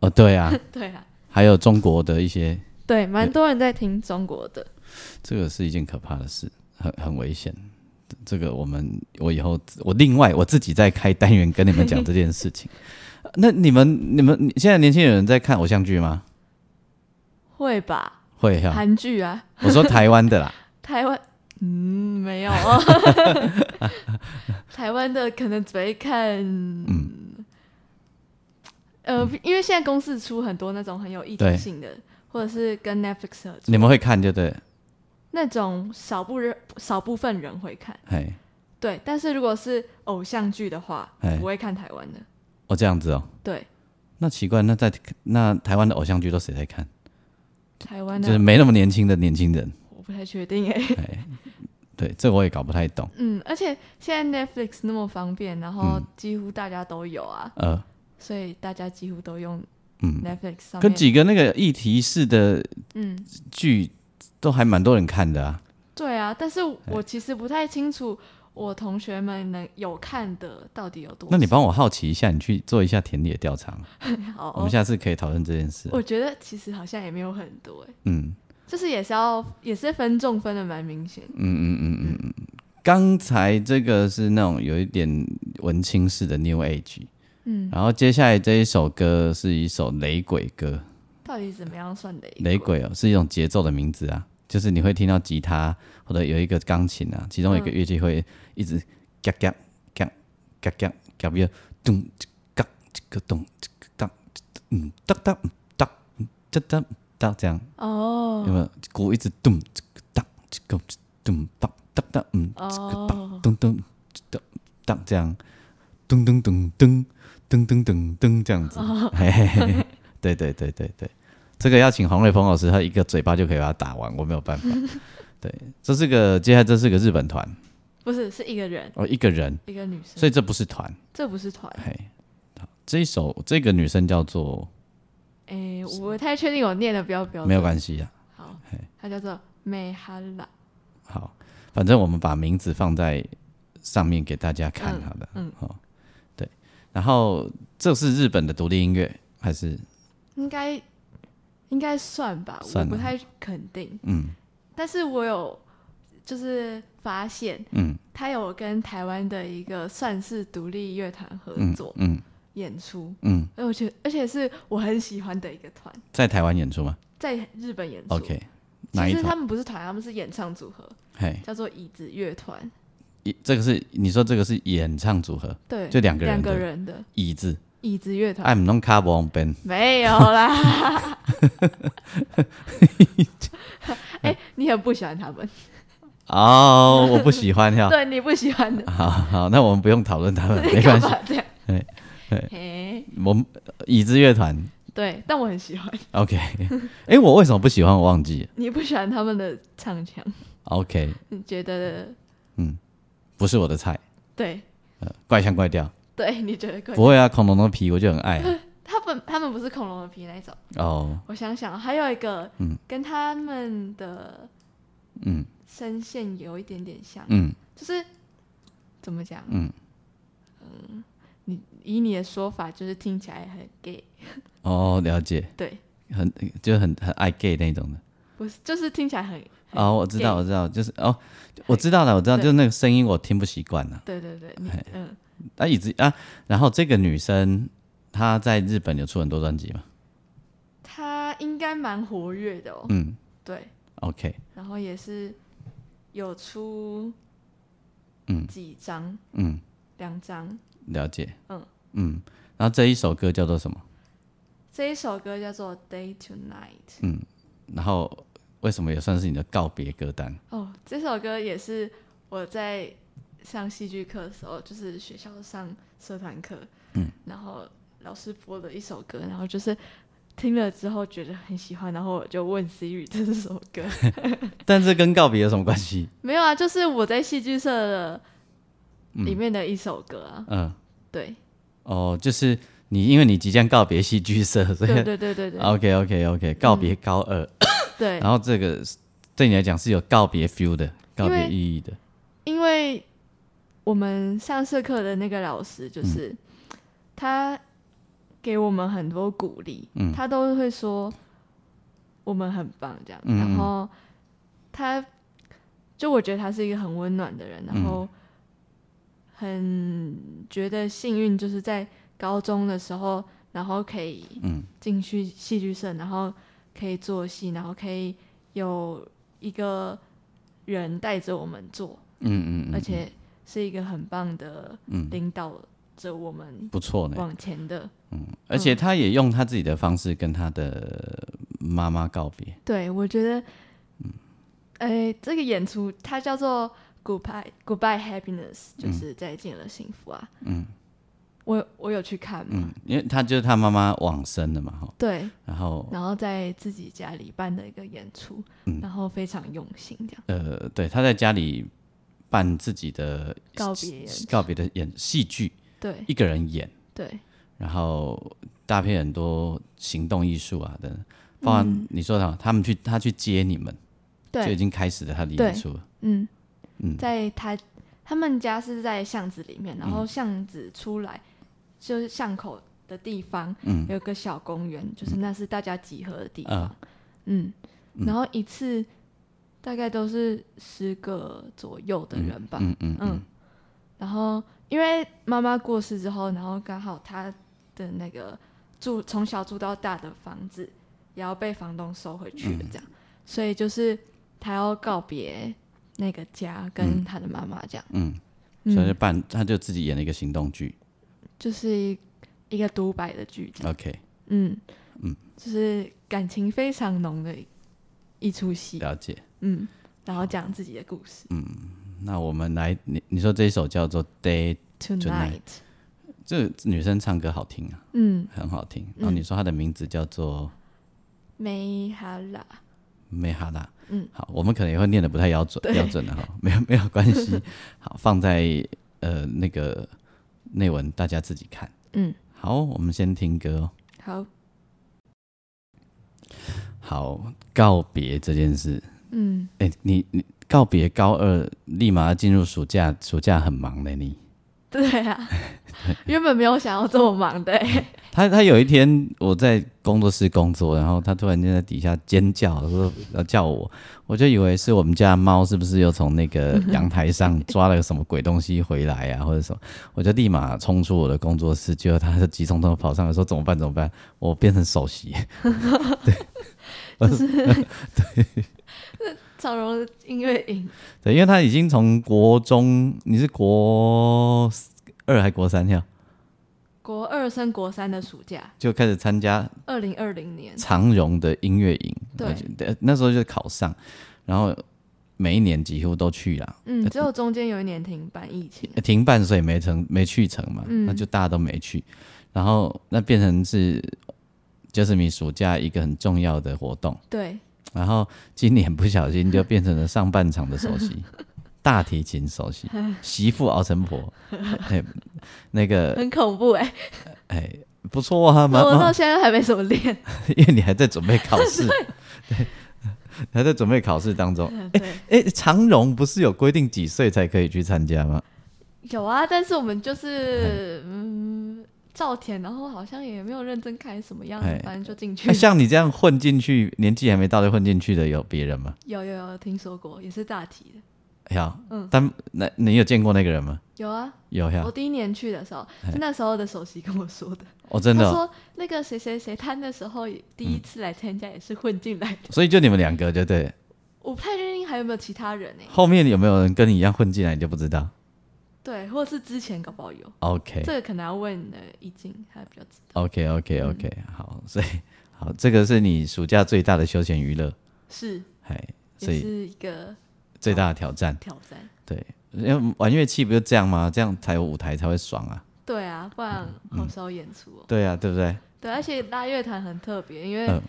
S2: 哦， 对啊，
S3: 对啊，
S2: 还有中国的一些，
S3: 对，蛮多人在听中国的，
S2: 这个是一件可怕的事，很很危险。这个我们我以后我另外我自己再开单元跟你们讲这件事情。 那你们你们你现在年轻人在看偶像剧吗？
S3: 会吧？
S2: 会哈、
S3: 韩剧啊，
S2: 我说台湾的啦，
S3: 台湾，嗯，没 有哦。台湾的可能只会看，
S2: 嗯
S3: 呃，因为现在公司出很多那种很有议题
S2: 对
S3: 性的，或者是跟 Netflix 合
S2: 你
S3: 作，
S2: 们会看就对。
S3: 那种少部人少部分人会看，
S2: 嘿，
S3: 对。但是如果是偶像剧的话
S2: 哎，
S3: 不会看台湾的，
S2: 哦这样子哦，
S3: 对，
S2: 那奇怪，那在那台湾的偶像剧都谁在看？
S3: 台湾
S2: 就是
S3: 的
S2: 没那么年轻的年轻人。
S3: 我不太确定哎、
S2: 哎，对，这我也搞不太懂。
S3: 嗯，而且现在 Netflix 那么方便，然后
S2: 嗯
S3: 几乎大家都有啊，
S2: 呃，
S3: 所以大家几乎都用
S2: 嗯，
S3: Netflix 上面。
S2: 跟几个那个议题式的
S3: 嗯，
S2: 剧都还蛮多人看的啊。
S3: 对啊，但是
S2: 哎
S3: 我其实不太清楚我同学们能有看的到底有多少。
S2: 那你帮我好奇一下，你去做一下田野调查，
S3: 好、
S2: 我们下次可以讨论这件事。
S3: 哦我觉得其实好像也没有很多哎、
S2: 嗯
S3: 就是也是要也是分众分的蛮明显。
S2: 嗯嗯嗯嗯嗯。刚才这个是那种有一点文青式的 New Age，
S3: 嗯，
S2: 然后接下来这一首歌是一首雷鬼歌，
S3: 到底怎么样算雷
S2: 雷？鬼哦是一种节奏的名字啊，就是你会听到吉他或者有一个钢琴啊，其中一个乐器会一直嘎嘎嘎嘎嘎嘎，比如咚嘎这个咚这个当嗯哒哒嗯哒嗯哒哒嗯哒这样。
S3: 哦
S2: 有没有鼓一直咚这个当这个咚当当当嗯
S3: 哦，
S2: 咚咚当当这样，咚咚咚咚咚咚咚咚这样子，
S3: 哦
S2: 嘿嘿嘿，对对对对对，这个要请黄瑞鹏老师，他一个嘴巴就可以把它打完，我没有办 法。对，这是个接下来这是个日本团，
S3: 不是，是一个人，
S2: 哦，一个人，
S3: 一个女生，
S2: 所以这哎不是团，
S3: 这不是团。
S2: 嘿。好，这一首这个女生叫做
S3: 哎、我不太确定我念的标不标准。
S2: 没有关系啊，
S3: 好，它叫做美哈拉。
S2: 好，反正我们把名字放在上面给大家看，好的，
S3: 嗯
S2: 好、对。然后这是日本的独立音乐，还是
S3: 应该应该算吧，
S2: 算
S3: 我不
S2: 了
S3: 太肯定，
S2: 嗯
S3: 但是我有就是发现
S2: 嗯
S3: 他有跟台湾的一个算是独立乐团合
S2: 嗯
S3: 作
S2: 嗯
S3: 演出，
S2: 嗯，
S3: 而我觉得而且是我很喜欢的一个团，
S2: 在台湾演出吗
S3: 在日本演出。
S2: ？OK，哪
S3: 其
S2: 一
S3: 实他
S2: 团？
S3: 们不是团，他们是演唱组合，
S2: 嘿，
S3: 叫做椅子乐团。
S2: 一这个是你说这个是演唱组合，
S3: 对，
S2: 就两个人
S3: 两
S2: 的
S3: 个人的
S2: 椅子
S3: 椅子乐团。
S2: ，I'm non carbon band，
S3: 没有啦。 哎、你很不喜欢他们，
S2: 哦，我不喜欢呀。
S3: 对你不喜欢的，
S2: 好好，那我们不用讨论他们，啊没
S3: 干
S2: 关系哎
S3: 嘛。 这样？
S2: 对对
S3: 嘿，
S2: 我们呃椅子乐团
S3: 对，但我很喜欢。
S2: ，OK。哎， 我为什么不喜欢？我忘记了。
S3: 你不喜欢他们的唱腔，
S2: OK，嗯
S3: 你觉得
S2: 不是我的菜，
S3: 对
S2: 呃，怪腔怪调。
S3: 对，你觉得怪？
S2: 不会啊，恐龙的皮我就很爱啊、
S3: 他们他们不是恐龙的皮那一种。
S2: 哦，
S3: 我想想，还有一个
S2: 嗯
S3: 跟他们的
S2: 嗯
S3: 声线有一点点像，
S2: 嗯
S3: 就是怎么讲？嗯
S2: 嗯，
S3: 你以你的说法，就是听起来很 gay，
S2: 哦，了解，
S3: 对，
S2: 很就很很爱 gay 那种的。
S3: 不是，就是听起来很。很
S2: 哦，我知道，
S3: gay
S2: 我知道，就是哦，我知道了，我知道，
S3: 对
S2: 就是那个声音我听不习惯了。
S3: 对对对，你
S2: 嘿
S3: 嗯，
S2: 啊，椅子啊，然后这个女生她在日本有出很多专辑嘛？
S3: 他应该蛮活跃的哦。
S2: 嗯
S3: 对，
S2: ，OK，
S3: 然后也是有出
S2: 嗯
S3: 几张，
S2: 嗯，
S3: 两张。
S2: 了解，
S3: 嗯
S2: 嗯，然后这一首歌叫做什么？
S3: 这一首歌叫做《Day to Night》。
S2: 然后为什么也算是你的告别歌单？
S3: 哦，这首歌也是我在上戏剧课的时候，就是学校上社团课，嗯，然后老师播的一首歌，然后就是听了之后觉得很喜欢，然后我就问 Siri 这是什么歌。
S2: 但这跟告别有什么关系？
S3: 没有啊，就是我在戏剧社的里面的一首歌啊。
S2: 嗯，
S3: 对，
S2: 哦，就是你，因为你即将告别戏剧社，所以
S3: 对对对对嗯
S2: OK
S3: 对
S2: OK OK，告别高二，
S3: 对
S2: 然，后这个对你来讲是有告别 feel 的，告别
S3: 因为
S2: 意义的。
S3: 因为我们上社课的那个老师就是、
S2: 嗯
S3: 他给我们很多鼓励，
S2: 嗯
S3: 他都会说我们很棒这样，
S2: 嗯
S3: 然后他就我觉得他是一个很温暖的人，
S2: 嗯
S3: 然后很觉得幸运，就是在高中的时候，然后可以
S2: 嗯
S3: 进去戏剧社，然后可以做戏，然后可以有一个人带着我们做，
S2: 嗯嗯嗯，
S3: 而且是一个很棒的
S2: 嗯
S3: 领导着我们
S2: 不错呢。
S3: 往前的。
S2: 而
S3: 嗯
S2: 且他也用他自己的方式跟他的妈妈告别。
S3: 对，我觉得，
S2: 嗯
S3: 哎、这个演出它叫做 Goodbye Goodbye Happiness，就是
S2: 嗯
S3: 再见了幸福啊。嗯，我我有去看嘛，
S2: 嗯，因为他就是他妈妈往生了嘛，哈，
S3: 对，
S2: 然后
S3: 然后在自己家里办的一个演出，
S2: 嗯
S3: 然后非常用心这样
S2: 呃，对，他在家里办自己的
S3: 告别演出。
S2: 告别的演戏剧，
S3: 对
S2: 一个人演，
S3: 对
S2: 然后搭配很多行动艺术啊等，包含你说的，他们去他去接你们，就已
S3: 嗯对，
S2: 经开始了他的演出了。
S3: 嗯，
S2: 嗯
S3: 在他他们家是在巷子里面，然
S2: 嗯
S3: 后巷子出来、就是巷口的地方，
S2: 嗯
S3: 有个小公园，就是那是大家集合的地
S2: 嗯
S3: 方，嗯，然后一次大概都是十个左右的人吧，
S2: 嗯嗯
S3: 嗯，然后因为妈妈过世之后，然后刚好她的那个住从小住到大的房子也要被房东收回去
S2: 嗯
S3: 了，这样，所以就是她要告别那个家跟她的妈妈这样，
S2: 嗯，
S3: 嗯，
S2: 所以就办，他就自己演了一个行动剧。
S3: 就是一一个独白的剧这样，
S2: OK，
S3: 嗯就是感情非常浓的一一出戏，
S2: 了解。
S3: 嗯，然后讲自己的故事
S2: 那我们来，你你说这一首叫做《Day》，
S3: ，tonight，
S2: 这女生唱歌好听啊，
S3: 嗯，
S2: 很好听。然后你说她的名字叫做
S3: 梅哈拉，
S2: 梅哈拉，
S3: 嗯，
S2: 好，我们可能也会念的不太标准，标准啊的哈，没有 没有关系。好，放在呃那个内文，大家自己看。
S3: 嗯，
S2: 好，我们先听歌、哦。
S3: 好，
S2: 好，告别这件事，
S3: 嗯。
S2: 哎、你你告别高二，立马要进入暑假，暑假很忙的你。
S3: 对 啊，原本没有想要这么忙的、欸，
S2: 他他有一天我在工作室工作，然后他突然间在底下尖叫，说要叫我，我就以为是我们家猫是不是又从那个阳台上抓了个什么鬼东西回来啊，或者什么，我就立马冲出我的工作室，结果他就急匆匆地跑上来说怎么办怎么办，我变成首席，
S3: 长荣音乐营，
S2: 对，因为他已经从国中，你是国二还国三呀，
S3: 国二升国三的暑假，
S2: 就开始参加
S3: 二零二零年，
S2: 长荣的音乐营，
S3: 对
S2: 我觉得那时候就考上，然后每一年几乎都去啦。
S3: 嗯，只有中间有一年停办疫情，
S2: 停办，所以没成没去成嘛，
S3: 嗯
S2: 那就大家都没去，然后那变成是就是你暑假一个很重要的活动，
S3: 对，
S2: 然后今年不小心就变成了上半场的首 席，大提琴首席，媳妇熬成 婆，哎，那个
S3: 很恐怖哎、
S2: 哎不错啊，蛮
S3: 我到
S2: 蛮，
S3: 现在还没怎么练，
S2: 因为你还在准备考试，对，还在准备考试当中。
S3: 对，
S2: 哎，长荣不是有规定几岁才可以去参加吗？
S3: 有啊，但是我们就是
S2: 哎
S3: 嗯照填，然后好像也没有认真看什么样子
S2: 哎，
S3: 反正就进 去
S2: 那，像你这样混进去，年纪还没到就混进去的有别人吗？
S3: 有有有听说过，也是大体的，
S2: 哎呀，
S3: 嗯
S2: 但那你有见过那个人吗？
S3: 有啊，
S2: 有呀
S3: 我，第一年去的时候，是那时候的首席跟我说的。
S2: 哦，哎真的
S3: 他
S2: 哦、
S3: 说那个谁谁谁，他那时候也第一次来参加也是混进来的，
S2: 所以就你们两个，对不对？
S3: 我不太确定还有没有其他人哎、
S2: 后面有没有人跟你一样混进来，你就不知道。
S3: 对，或者是之前搞不好有，
S2: OK
S3: 这个可能要问呃易静，他比较知道。
S2: OK OK OK，、好，
S3: 嗯
S2: 所以好，这个是你暑假最大的休闲娱乐，
S3: 是，
S2: 哎，所
S3: 也
S2: 以
S3: 是一个
S2: 最大的挑战，
S3: 挑战。
S2: 对，因为玩乐器不就这样吗？这样才有舞台才会爽啊。
S3: 对啊，不然
S2: 嗯
S3: 好少演出哦。
S2: 对啊，对不对？
S3: 对，而且拉乐团很特别，因为
S2: 嗯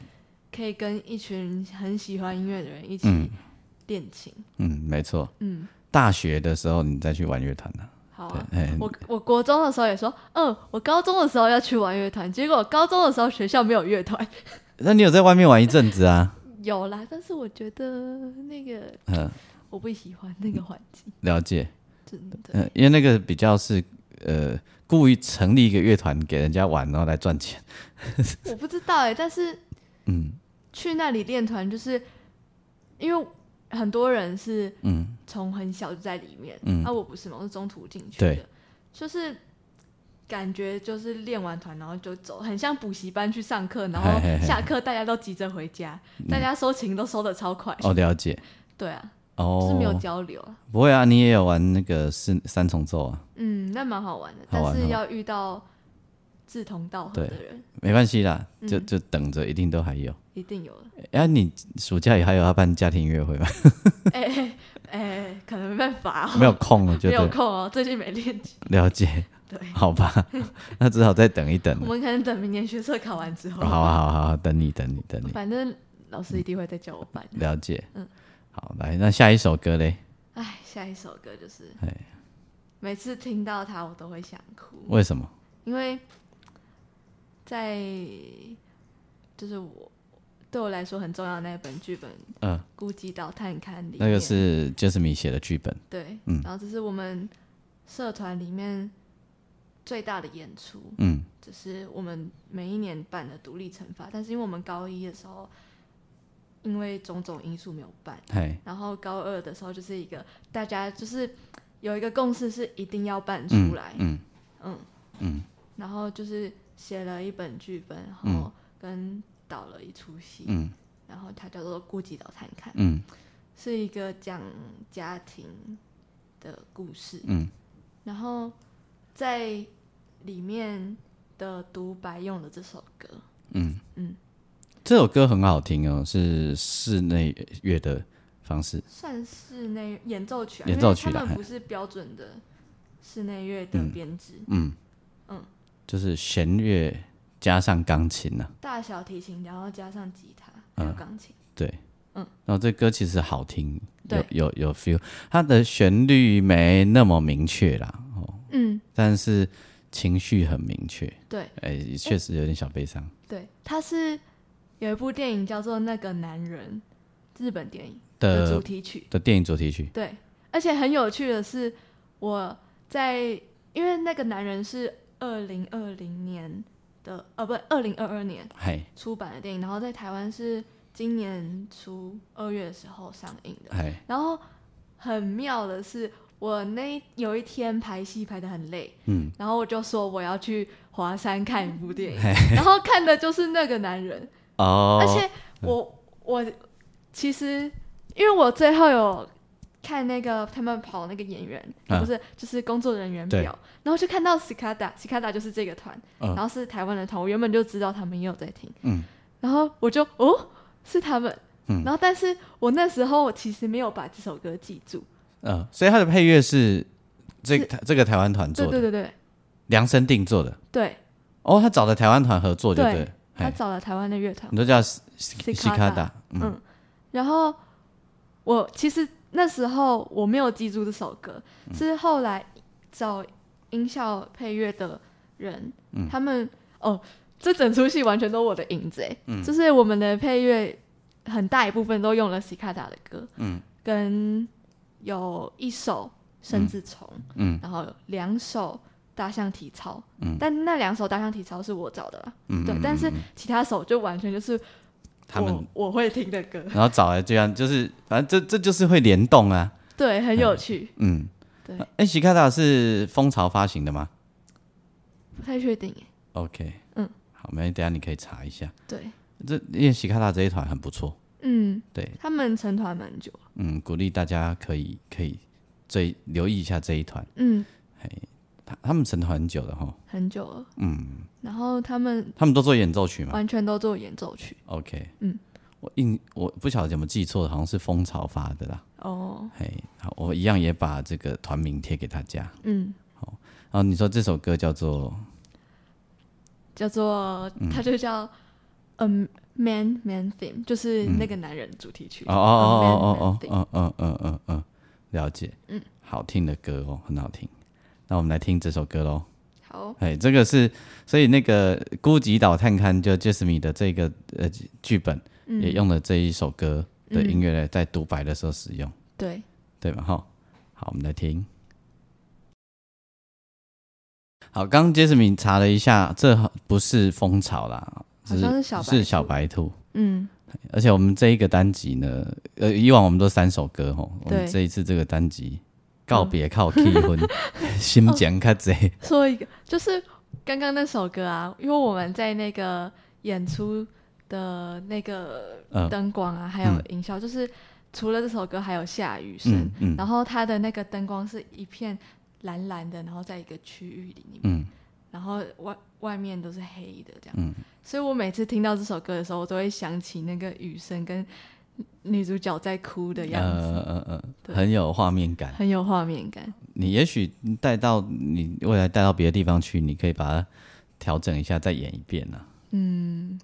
S3: 可以跟一群很喜欢音乐的人一
S2: 嗯
S3: 起练琴。
S2: 嗯，没错。
S3: 嗯，
S2: 大学的时候你再去玩乐团呢、
S3: 好
S2: 对
S3: 啊。，
S2: 哎
S3: 我我国中的时候也说，嗯，我高中的时候要去玩乐团，结果高中的时候学校没有乐团，
S2: 那你有在外面玩一阵子啊？
S3: 有啦，但是我觉得那个
S2: 嗯，
S3: 我不喜欢那个环境，
S2: 了解。
S3: 真的。
S2: 嗯，因为那个比较是呃，故意成立一个乐团给人家玩，然后来赚钱。
S3: 我不知道哎、但是
S2: 嗯
S3: 去那里练团，就是因为很多人是
S2: 嗯，
S3: 从很小就在里面，
S2: 嗯
S3: 啊，我不是嘛，我是中途进去
S2: 对
S3: 的，就是感觉就是练完团然后就走，很像补习班去上课，然后
S2: 嘿嘿嘿嗯
S3: 下课大家都急着回家，大家收琴都收的超快，
S2: 哦，了解。
S3: 对啊，就是没有
S2: 哦，
S3: 交流啊，
S2: 不会啊，你也有玩那个是三重奏啊？
S3: 嗯，那蛮好玩的，
S2: 好玩
S3: 但是
S2: 好玩
S3: 要遇到志同道合
S2: 对
S3: 的人，
S2: 没关系啦，就
S3: 嗯
S2: 就等着，一定都还有。
S3: 一定有 的，
S2: 哎、啊，你暑假也还有要办家庭音乐会 吗？
S3: 哎哎哎，可能没办法、哦，
S2: 没有空了，就
S3: 没有
S2: 对，
S3: 空哦，最近没练琴，
S2: 了解，
S3: 对，
S2: 好 吧，那只好再等一等
S3: 我
S2: 了。
S3: 们可能等明年学测考完之后，
S2: 好啊，好啊好啊，等你，等你，等你，
S3: 反正老师一定会再叫我办。
S2: 了解。
S3: 嗯
S2: 好，来，那下一首歌嘞？
S3: 哎，下一首歌就是
S2: 哎，
S3: 每次听到它我都会想哭，
S2: 为什么？
S3: 因为在就是我对我来说很重要的那一本剧本《
S2: 嗯、
S3: 孤寂岛探勘》里面，
S2: 那个是 Jasmine 写的剧本。
S3: 对，
S2: 嗯
S3: 然后这是我们社团里面最大的演出，
S2: 嗯
S3: 只是我们每一年办的独立惩罚，但是因为我们高一的时候因为种种因素没有办。
S2: 嗨，
S3: 然后高二的时候就是一个大家就是有一个共识是一定要办出来，
S2: 嗯
S3: 嗯
S2: 嗯
S3: 然后就是写了一本剧本，然后跟导了一出戏，
S2: 嗯
S3: 然后它叫做《孤寂岛探看》，
S2: 嗯
S3: 是一个讲家庭的故事，
S2: 嗯
S3: 然后在里面的独白用的这首歌，
S2: 嗯嗯
S3: 嗯，
S2: 这首歌很好听哦，是室内乐的方式。
S3: 算是那演奏曲、啊，
S2: 演奏曲啦
S3: 因为他
S2: 嘿
S3: 们不是标准的室内乐的
S2: 嗯
S3: 编制，
S2: 嗯
S3: 嗯
S2: 就是弦乐加上钢琴呢、啊。
S3: 大小提琴，然后加上吉他，还有钢琴。
S2: 对，
S3: 嗯，
S2: 然后这歌其实好听，有
S3: 对
S2: 有有 feel，它的旋律没那么明确啦，哦，
S3: 嗯，
S2: 但是情绪很明确，
S3: 对
S2: 哎、确实有点小悲伤。
S3: 对，它是有一部电影叫做《那个男人》，日本电影的
S2: 的
S3: 主题曲。
S2: 的电影主题曲，
S3: 对，而且很有趣的是，我在因为那个男人是二零二零年的，呃，不，二零二二年
S2: 嗨
S3: 出版的电影，然后在台湾是今年初二月的时候上映的。
S2: 嗨，
S3: 然后很妙的是，我那一有一天排戏排的很累，
S2: 嗯，
S3: 然后我就说我要去华山看一部电影，然后看的就是那个男人，
S2: 哦，
S3: 而且我我其实因为我最后有看那个他们跑那个演员，
S2: 啊
S3: 不是就是工作人员
S2: 对
S3: 表，然后就看到 Cicada，Cicada 就是这个团，
S2: 嗯
S3: 然后是台湾的团，我原本就知道他们也有在听，
S2: 嗯
S3: 然后我就哦是他们，
S2: 嗯
S3: 然后但是我那时候我其实没有把这首歌记住，
S2: 嗯，所以它的配乐是这
S3: 是
S2: 个这个台湾团
S3: 对
S2: 做
S3: 对
S2: 的，
S3: 对对
S2: 量身定做的。
S3: 对，
S2: 哦，他找的台湾团合作就
S3: 对
S2: 对了，
S3: 他
S2: 嘿
S3: 找了台湾的乐团
S2: 你。都叫西西西卡
S3: Cicada
S2: 达，嗯
S3: 嗯，然后我其实那时候我没有记住这首歌，
S2: 嗯
S3: 是后来找音效配乐的人，
S2: 嗯
S3: 他们哦，这整出戏完全都我的影子哎，
S2: 嗯
S3: 就是我们的配乐很大一部分都用了西卡达的歌，
S2: 嗯，
S3: 跟有一首生字虫，
S2: 嗯，
S3: 然后有两首大象体操，
S2: 嗯
S3: 但那两首大象体操是我找的啦，
S2: 嗯
S3: 对
S2: 嗯，
S3: 但是
S2: 嗯嗯
S3: 其他首就完全就是
S2: 他们
S3: 我我会听的歌，
S2: 然后找来这样，就是反正这这就是会联动啊，
S3: 对，很有趣，
S2: 嗯，
S3: 对，
S2: 哎，西卡达是蜂巢发行的吗
S3: 不太确定耶，
S2: ？OK，
S3: 嗯，
S2: 好，没问题，等一下你可以查一下。
S3: 对，
S2: 这因为西卡达这一团很不错，
S3: 嗯，
S2: 对，
S3: 他们成团蛮久，
S2: 嗯，鼓励大家可以可以追留意一下这一团，
S3: 嗯，
S2: 他他们成团很久了哈，
S3: 很久了，
S2: 嗯，
S3: 然后他们
S2: 他们都做演奏曲嘛
S3: 完全都做演奏曲，
S2: ，OK，
S3: 嗯，
S2: 我印我不晓得有没有记错，好像是蜂巢发的啦，
S3: 哦，
S2: 嘿，好，我一样也把这个团名贴给大家。
S3: 嗯，
S2: 然哦，你说这首歌叫做
S3: 叫做它就叫嗯 Man Man Theme，就是那个男人主题曲。
S2: 嗯
S3: 嗯
S2: 哦哦哦
S3: A
S2: 哦哦哦哦嗯嗯嗯嗯，了解，嗯，好听的歌哦，很好听。那我们来听这首歌喽。
S3: 好，
S2: 哎，这个是，所以那个《孤寂岛探勘》就 Jasmine 的这个呃剧本、
S3: 嗯
S2: 也用了这一首歌的音乐来在独白的时候使用，
S3: 对，
S2: 对吧？哈，好，我们来听。好，刚刚 Jasmine 查了一下，这不是蜂巢啦，
S3: 好像是小白
S2: 是小
S3: 兔
S2: 白兔。
S3: 嗯，
S2: 而且我们这一个单集呢，呃，以往我们都三首歌吼，我们
S3: 对
S2: 这一次这个单集告别靠气氛， 心讲较侪，
S3: 说一个就是刚刚那首歌啊，因为我们在那个演出的那个
S2: 嗯
S3: 灯光啊，还有营销，就是除了这首歌，还有下雨声，
S2: 嗯嗯
S3: 然后它的那个灯光是一片蓝蓝的，然后在一个区域里面，
S2: 嗯
S3: 然后外外面都是黑的这样，
S2: 嗯
S3: 所以我每次听到这首歌的时候，我都会想起那个雨声跟女主角在哭的样子，
S2: 呃呃呃，
S3: 对
S2: 很有画面感。
S3: 很有画面感。
S2: 你也许带到你未来带到别的地方去，你可以把它调整一下，再演一遍啊呢、
S3: 嗯，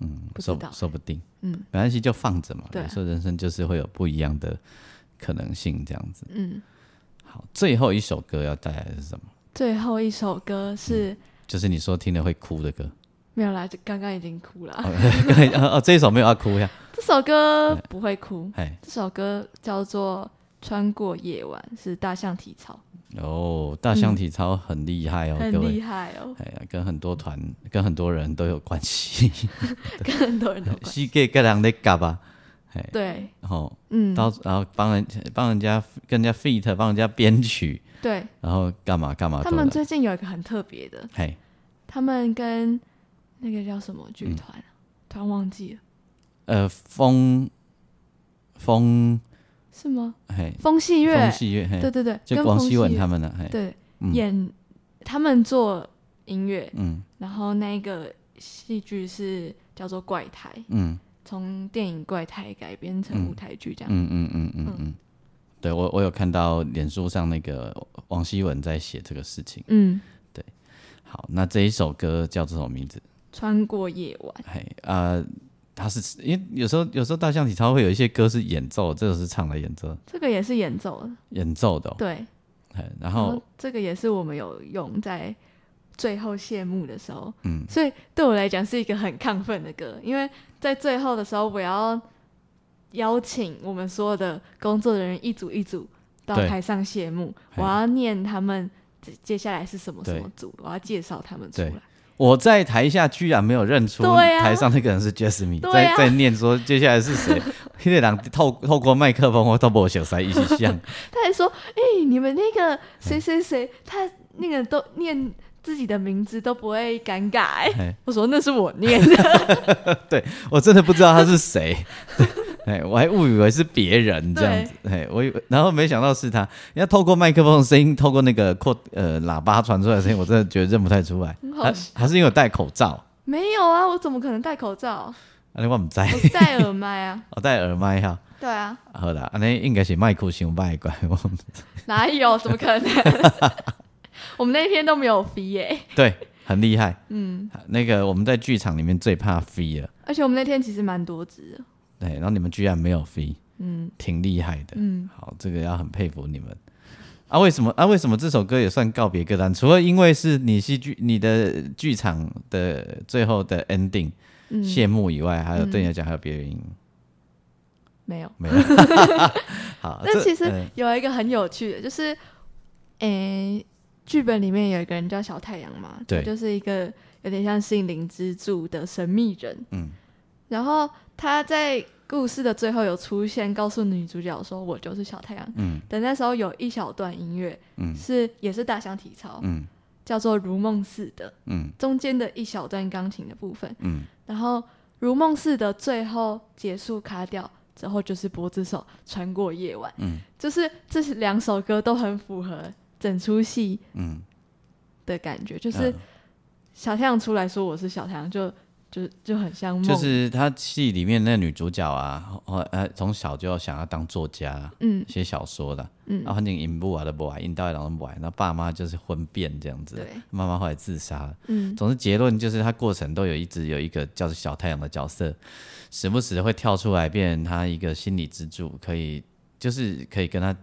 S2: 嗯，
S3: 不知
S2: 说
S3: 道
S2: 说不定，
S3: 嗯，
S2: 没关系，就放着嘛。
S3: 对啊
S2: 有时候人生就是会有不一样的可能性，这样子。
S3: 嗯，
S2: 好，最后一首歌要带来的是什么？
S3: 最后一首歌
S2: 嗯
S3: 是、
S2: 就是你说听了会哭的歌。
S3: 没有啦，就刚刚已经哭了。
S2: 哦， 刚才哦哦，这一首没有要哭呀。
S3: 这首歌不会哭，
S2: 哎，
S3: 这首歌叫做《穿过夜晚》，是大象体操，
S2: 哦，大象体操很厉害哦，各
S3: 很厉
S2: 位。
S3: 害哦，
S2: 哎呀，跟很多团、跟很多人都有关系。
S3: 跟很多人都关。
S2: 膝盖跟人在夹吧，
S3: 对，
S2: 哦，
S3: 嗯，
S2: 到然后帮人帮人家跟人家 feat，帮人家编曲，
S3: 对
S2: 然后干嘛干嘛
S3: 他
S2: 都
S3: 们
S2: 来。
S3: 最近有一个很特别的，
S2: 嘿，
S3: 他们跟那个叫什么剧团
S2: 嗯
S3: 啊，团忘记了
S2: 呃，风风
S3: 是吗？
S2: 嘿，
S3: 风戏乐
S2: 风，戏乐
S3: 对
S2: 嘿，
S3: 对对，
S2: 就
S3: 跟
S2: 王
S3: 风
S2: 希文
S3: 戏乐
S2: 他们呢，嘿，
S3: 对
S2: 嗯
S3: 演，他们做音乐，
S2: 嗯
S3: 然后那个戏剧是叫做《怪胎》，
S2: 嗯
S3: 从电影《怪胎》改编成舞台剧这样。
S2: 嗯嗯嗯嗯嗯，对我我有看到脸书上那个王希文在写这个事情。
S3: 嗯，
S2: 好，那这一首歌叫做什么名字？
S3: 穿过夜晚，
S2: 嘿，呃，它是因为有时候有时候大象体操会有一些歌是演奏，这首是唱来演奏
S3: 这个也是演奏的，
S2: 演奏的、哦，
S3: 对。
S2: 嘿然
S3: 然
S2: 后
S3: 这个也是我们有用在最后谢幕的时候，
S2: 嗯
S3: 所以对我来讲是一个很亢奋的歌，因为在最后的时候，我要邀请我们所有的工作人员一组一组到
S2: 对
S3: 台上谢幕，
S2: 嘿
S3: 我要念他们接接下来是什么
S2: 对
S3: 什么组，我要介绍他们出
S2: 对
S3: 来。
S2: 我在台下居然没有认出
S3: 对啊
S2: 台上那个人是 Jasmine，、
S3: 对
S2: 在
S3: 啊
S2: 在念说接下来是谁， 那两透透过麦克风我都没有小塞一起像，
S3: 他还说：“哎、你们那个谁谁谁，他那个都念自己的名字都不会尴尬、欸。
S2: 嘿
S3: 我说：“那是我 念的。
S2: 我真的不知道他是谁。 哎，我还误以为是别人这样子，哎，我以为，然后没想到是他。人家透过麦克风的声音，透过那个扩呃喇叭传出来的声音，我真的觉得认不太出来。
S3: 很好
S2: 还还是因为我戴口罩，”
S3: 没有啊，我怎么可能戴口罩？
S2: 安尼我唔 知，
S3: 我戴耳麦啊。
S2: 我戴耳麦哈。
S3: 对啊，
S2: 好啦，安尼应该是麦克想卖怪我不。
S3: 哪有？怎么可能？ 我们那天都没有飞耶、
S2: 对，很厉害。
S3: 嗯，
S2: 那个我们在剧场里面最怕飞了，
S3: 而且我们那天其实蛮多只的。
S2: 对，然后你们居然没有飞，
S3: 嗯
S2: 挺厉害的。
S3: 嗯，
S2: 好，这个要很佩服你们。啊，为什么啊？为什么这首歌也算告别歌单？除了因为是你戏剧、你的剧场的最后的 ending、
S3: 嗯
S2: 谢幕以外，还有对你来讲还有别的原因、
S3: 没有。
S2: 没有？好，啊
S3: 但
S2: 这
S3: 其实
S2: 嗯
S3: 有一个很有趣的，就是，诶、剧本里面有一个人叫小太阳嘛，
S2: 对
S3: 他就是一个有点像心灵支柱的神秘人。
S2: 嗯，
S3: 然后他在故事的最后有出现，告诉女主角说：“我就是小太阳。”
S2: 嗯
S3: 但那时候有一小段音乐
S2: 嗯
S3: 是也是大象体操，
S2: 嗯
S3: 叫做《如梦似的》，
S2: 嗯
S3: 中间的一小段钢琴的部分，
S2: 嗯，
S3: 然后《如梦似的》最后结束卡掉之后，就是脖子手穿过夜晚，
S2: 嗯，
S3: 就是这是两首歌都很符合整出戏
S2: 嗯，
S3: 的感觉，就是
S2: 嗯
S3: 小太阳出来说我是小太阳，就就就很像梦，
S2: 就是他戏里面那女主角啊，后呃从小就想要当作家，
S3: 嗯
S2: 写小说的，嗯，然后正引不完的不爱，引到一两不爱，那爸妈就是婚变这样子
S3: 对，
S2: 妈妈后来自杀了。
S3: 嗯
S2: 总之结论就是他过程都有一直有一个叫做小太阳的角色，时不时会跳出来变成他一个心理支柱，可以就是可以跟他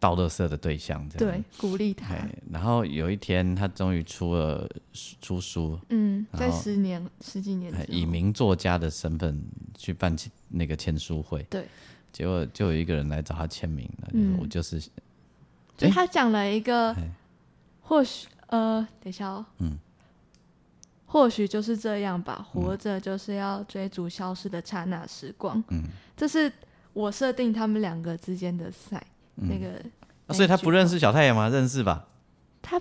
S2: 倒垃圾的对象这样
S3: 对。，鼓励他，
S2: 哎，然后有一天他终于出了书出书，
S3: 嗯，
S2: 然
S3: 在
S2: 后
S3: 十年十几年
S2: 哎
S3: 之
S2: 以
S3: 后，
S2: 名作家的身份去办签那个签书会，
S3: 对，
S2: 结果就有一个人来找他签名了，就是
S3: 嗯
S2: 我就是
S3: 就他讲了一个
S2: 哎，
S3: 或许呃，等一下哦，
S2: 嗯，
S3: 或许就是这样吧，活着就是要追逐消失的刹那时光，
S2: 嗯，
S3: 这是我设定他们两个之间的赛，那个
S2: 啊所以他不认
S3: 识。
S2: 识小太阳吗？认识吧？
S3: 他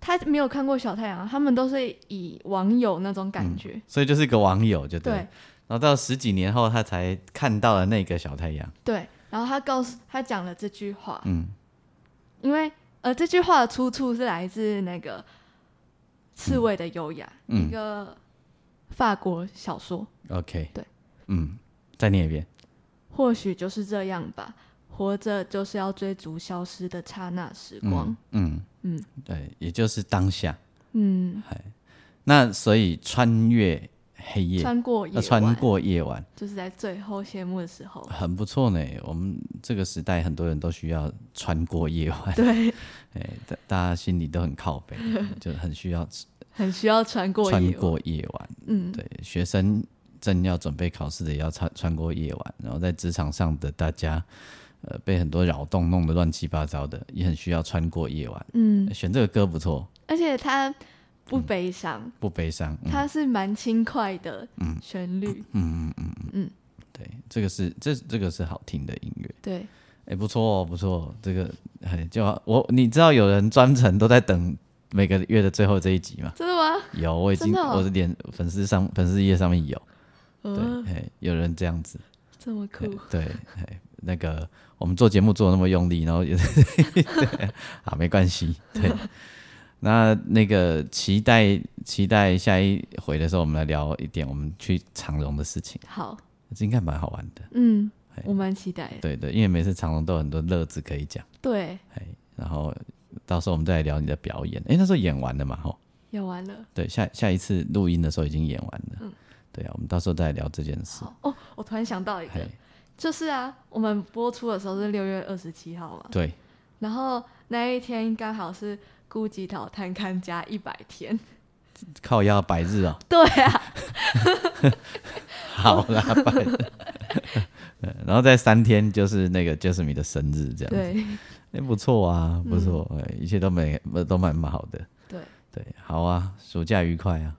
S3: 他没有看过小太阳，他们都是以网友那种感觉。
S2: 所以就是一个网友就嗯对了。
S3: 对
S2: 然后到十几年后，他才看到了那个小太阳。
S3: 对，然后他告诉他讲了这句话，
S2: 嗯，
S3: 因为呃这句话的出处是来自那个《刺猬的优雅》
S2: 嗯
S3: 一个法国小说，
S2: OK，
S3: 对，
S2: 嗯，再念一遍。
S3: 或许就是这样吧。活着就是要追逐消失的刹那时光
S2: 嗯。嗯
S3: 嗯
S2: 对，也就是当下。
S3: 嗯，
S2: 那所以穿越黑夜，
S3: 穿过夜
S2: 呃
S3: 晚，
S2: 穿过夜晚，。
S3: 就是在最后谢幕的时候
S2: 很不错呢。我们这个时代很多人都需要穿过夜晚，
S3: 对，
S2: 哎，大大家心里都很靠 北，就很需要
S3: 很需要穿过
S2: 穿
S3: 夜晚。
S2: 过夜晚。
S3: 嗯，
S2: 对，学生正要准备考试的也要穿穿过夜晚，然后在职场上的大家，呃，被很多扰动弄得乱七八糟的，也很需要穿过夜晚。哎
S3: 嗯，
S2: 选这个歌不错，
S3: 而且它不悲伤，
S2: 不悲伤。嗯
S3: 它是蛮轻快的旋律。
S2: 嗯
S3: 嗯
S2: 对，这个是这这个是好听的音乐，
S3: 对，
S2: 哎，不错哦，不错哦，这个哎，就好我你知道有人专程都在等每个月的最后这一集吗？
S3: 真的吗？
S2: 有，我已
S3: 真
S2: 经、
S3: 的哦
S2: 我的脸粉丝上粉丝页上面有，对，
S3: 呃，
S2: 哎，有人这样子，
S3: 这么酷
S2: 对，对，哎，那个我们做节目做的那么用力，然后也 是对，好，没关系，对。那那个期待期待下一回的时候，我们来聊一点我们去长荣的事情，
S3: 好，
S2: 这应该蛮好玩的。
S3: 嗯
S2: 嘿，
S3: 我蛮期待的。
S2: 对对，因为每次长隆都有很多乐子可以讲，
S3: 对，
S2: 哎，然后到时候我们再来聊你的表演。哎，那时候演完了嘛，吼，
S3: 演完了。
S2: 对，下下一次录音的时候已经演完了，对啊，我们到时候再来聊这件事。
S3: 嗯好哦，我突然想到一
S2: 嘿
S3: 个，，就是啊，我们播出的时候是六月二十七号嘛，
S2: 对，
S3: 然后那一天刚好是孤寂岛探勘加一百天。
S2: 靠腰百日哦，
S3: 对啊，
S2: 好啦，百日。呃然后在三天就是那个 Jasmine 的生日，这样子，
S3: 对嗯
S2: 哎，不错啊，不错，哎、一切都没都蛮蛮好的，
S3: 对，
S2: 对，好啊，暑假愉快啊，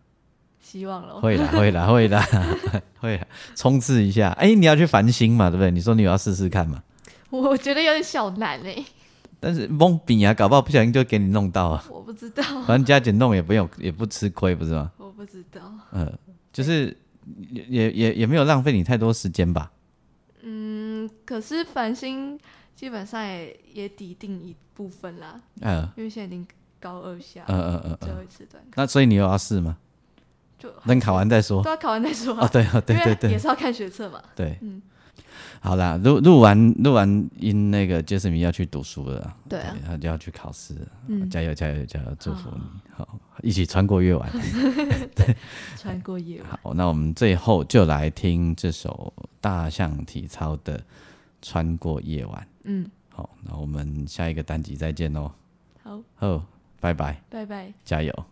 S3: 希望咯。
S2: 会啦，会啦，会啦， 会啦，冲刺一下，哎，你要去繁星嘛，对不对？你说你有要试试看嘛，
S3: 我觉得有点小难哎、
S2: 但是蒙饼啊，搞不好不小心就给你弄到啊。
S3: 我不知道，
S2: 反正加减弄也不用，也不吃亏，不是吗？
S3: 我不知道。
S2: 嗯，就是也也也也没有浪费你太多时间吧。
S3: 嗯，可是繁星基本上也也抵定一部分啦，
S2: 嗯
S3: 因为现在已经高二下，
S2: 嗯嗯嗯
S3: 最
S2: 嗯。
S3: 后一次段考，
S2: 那所以你有要试吗？
S3: 就
S2: 等考完再说
S3: 都。要考完再说啊
S2: 哦，对哦，对对
S3: 因为也
S2: 对
S3: 是要看学测嘛。
S2: 对。
S3: 嗯
S2: 好啦，录录完录完音，那个 Jasmine 要去读书了啦，
S3: 对啊，
S2: 他就要去考试了。
S3: 嗯哦
S2: 加油加油加油！
S3: 啊
S2: 祝福你，好，一起穿过夜 晚。
S3: 穿过夜晚，
S2: 好，那我们最后就来听这首大象体操的《穿过夜晚》。
S3: 嗯，
S2: 好，那我们下一个单集再见喽。
S3: 好，
S2: 好，拜拜，
S3: 拜拜。
S2: 加油。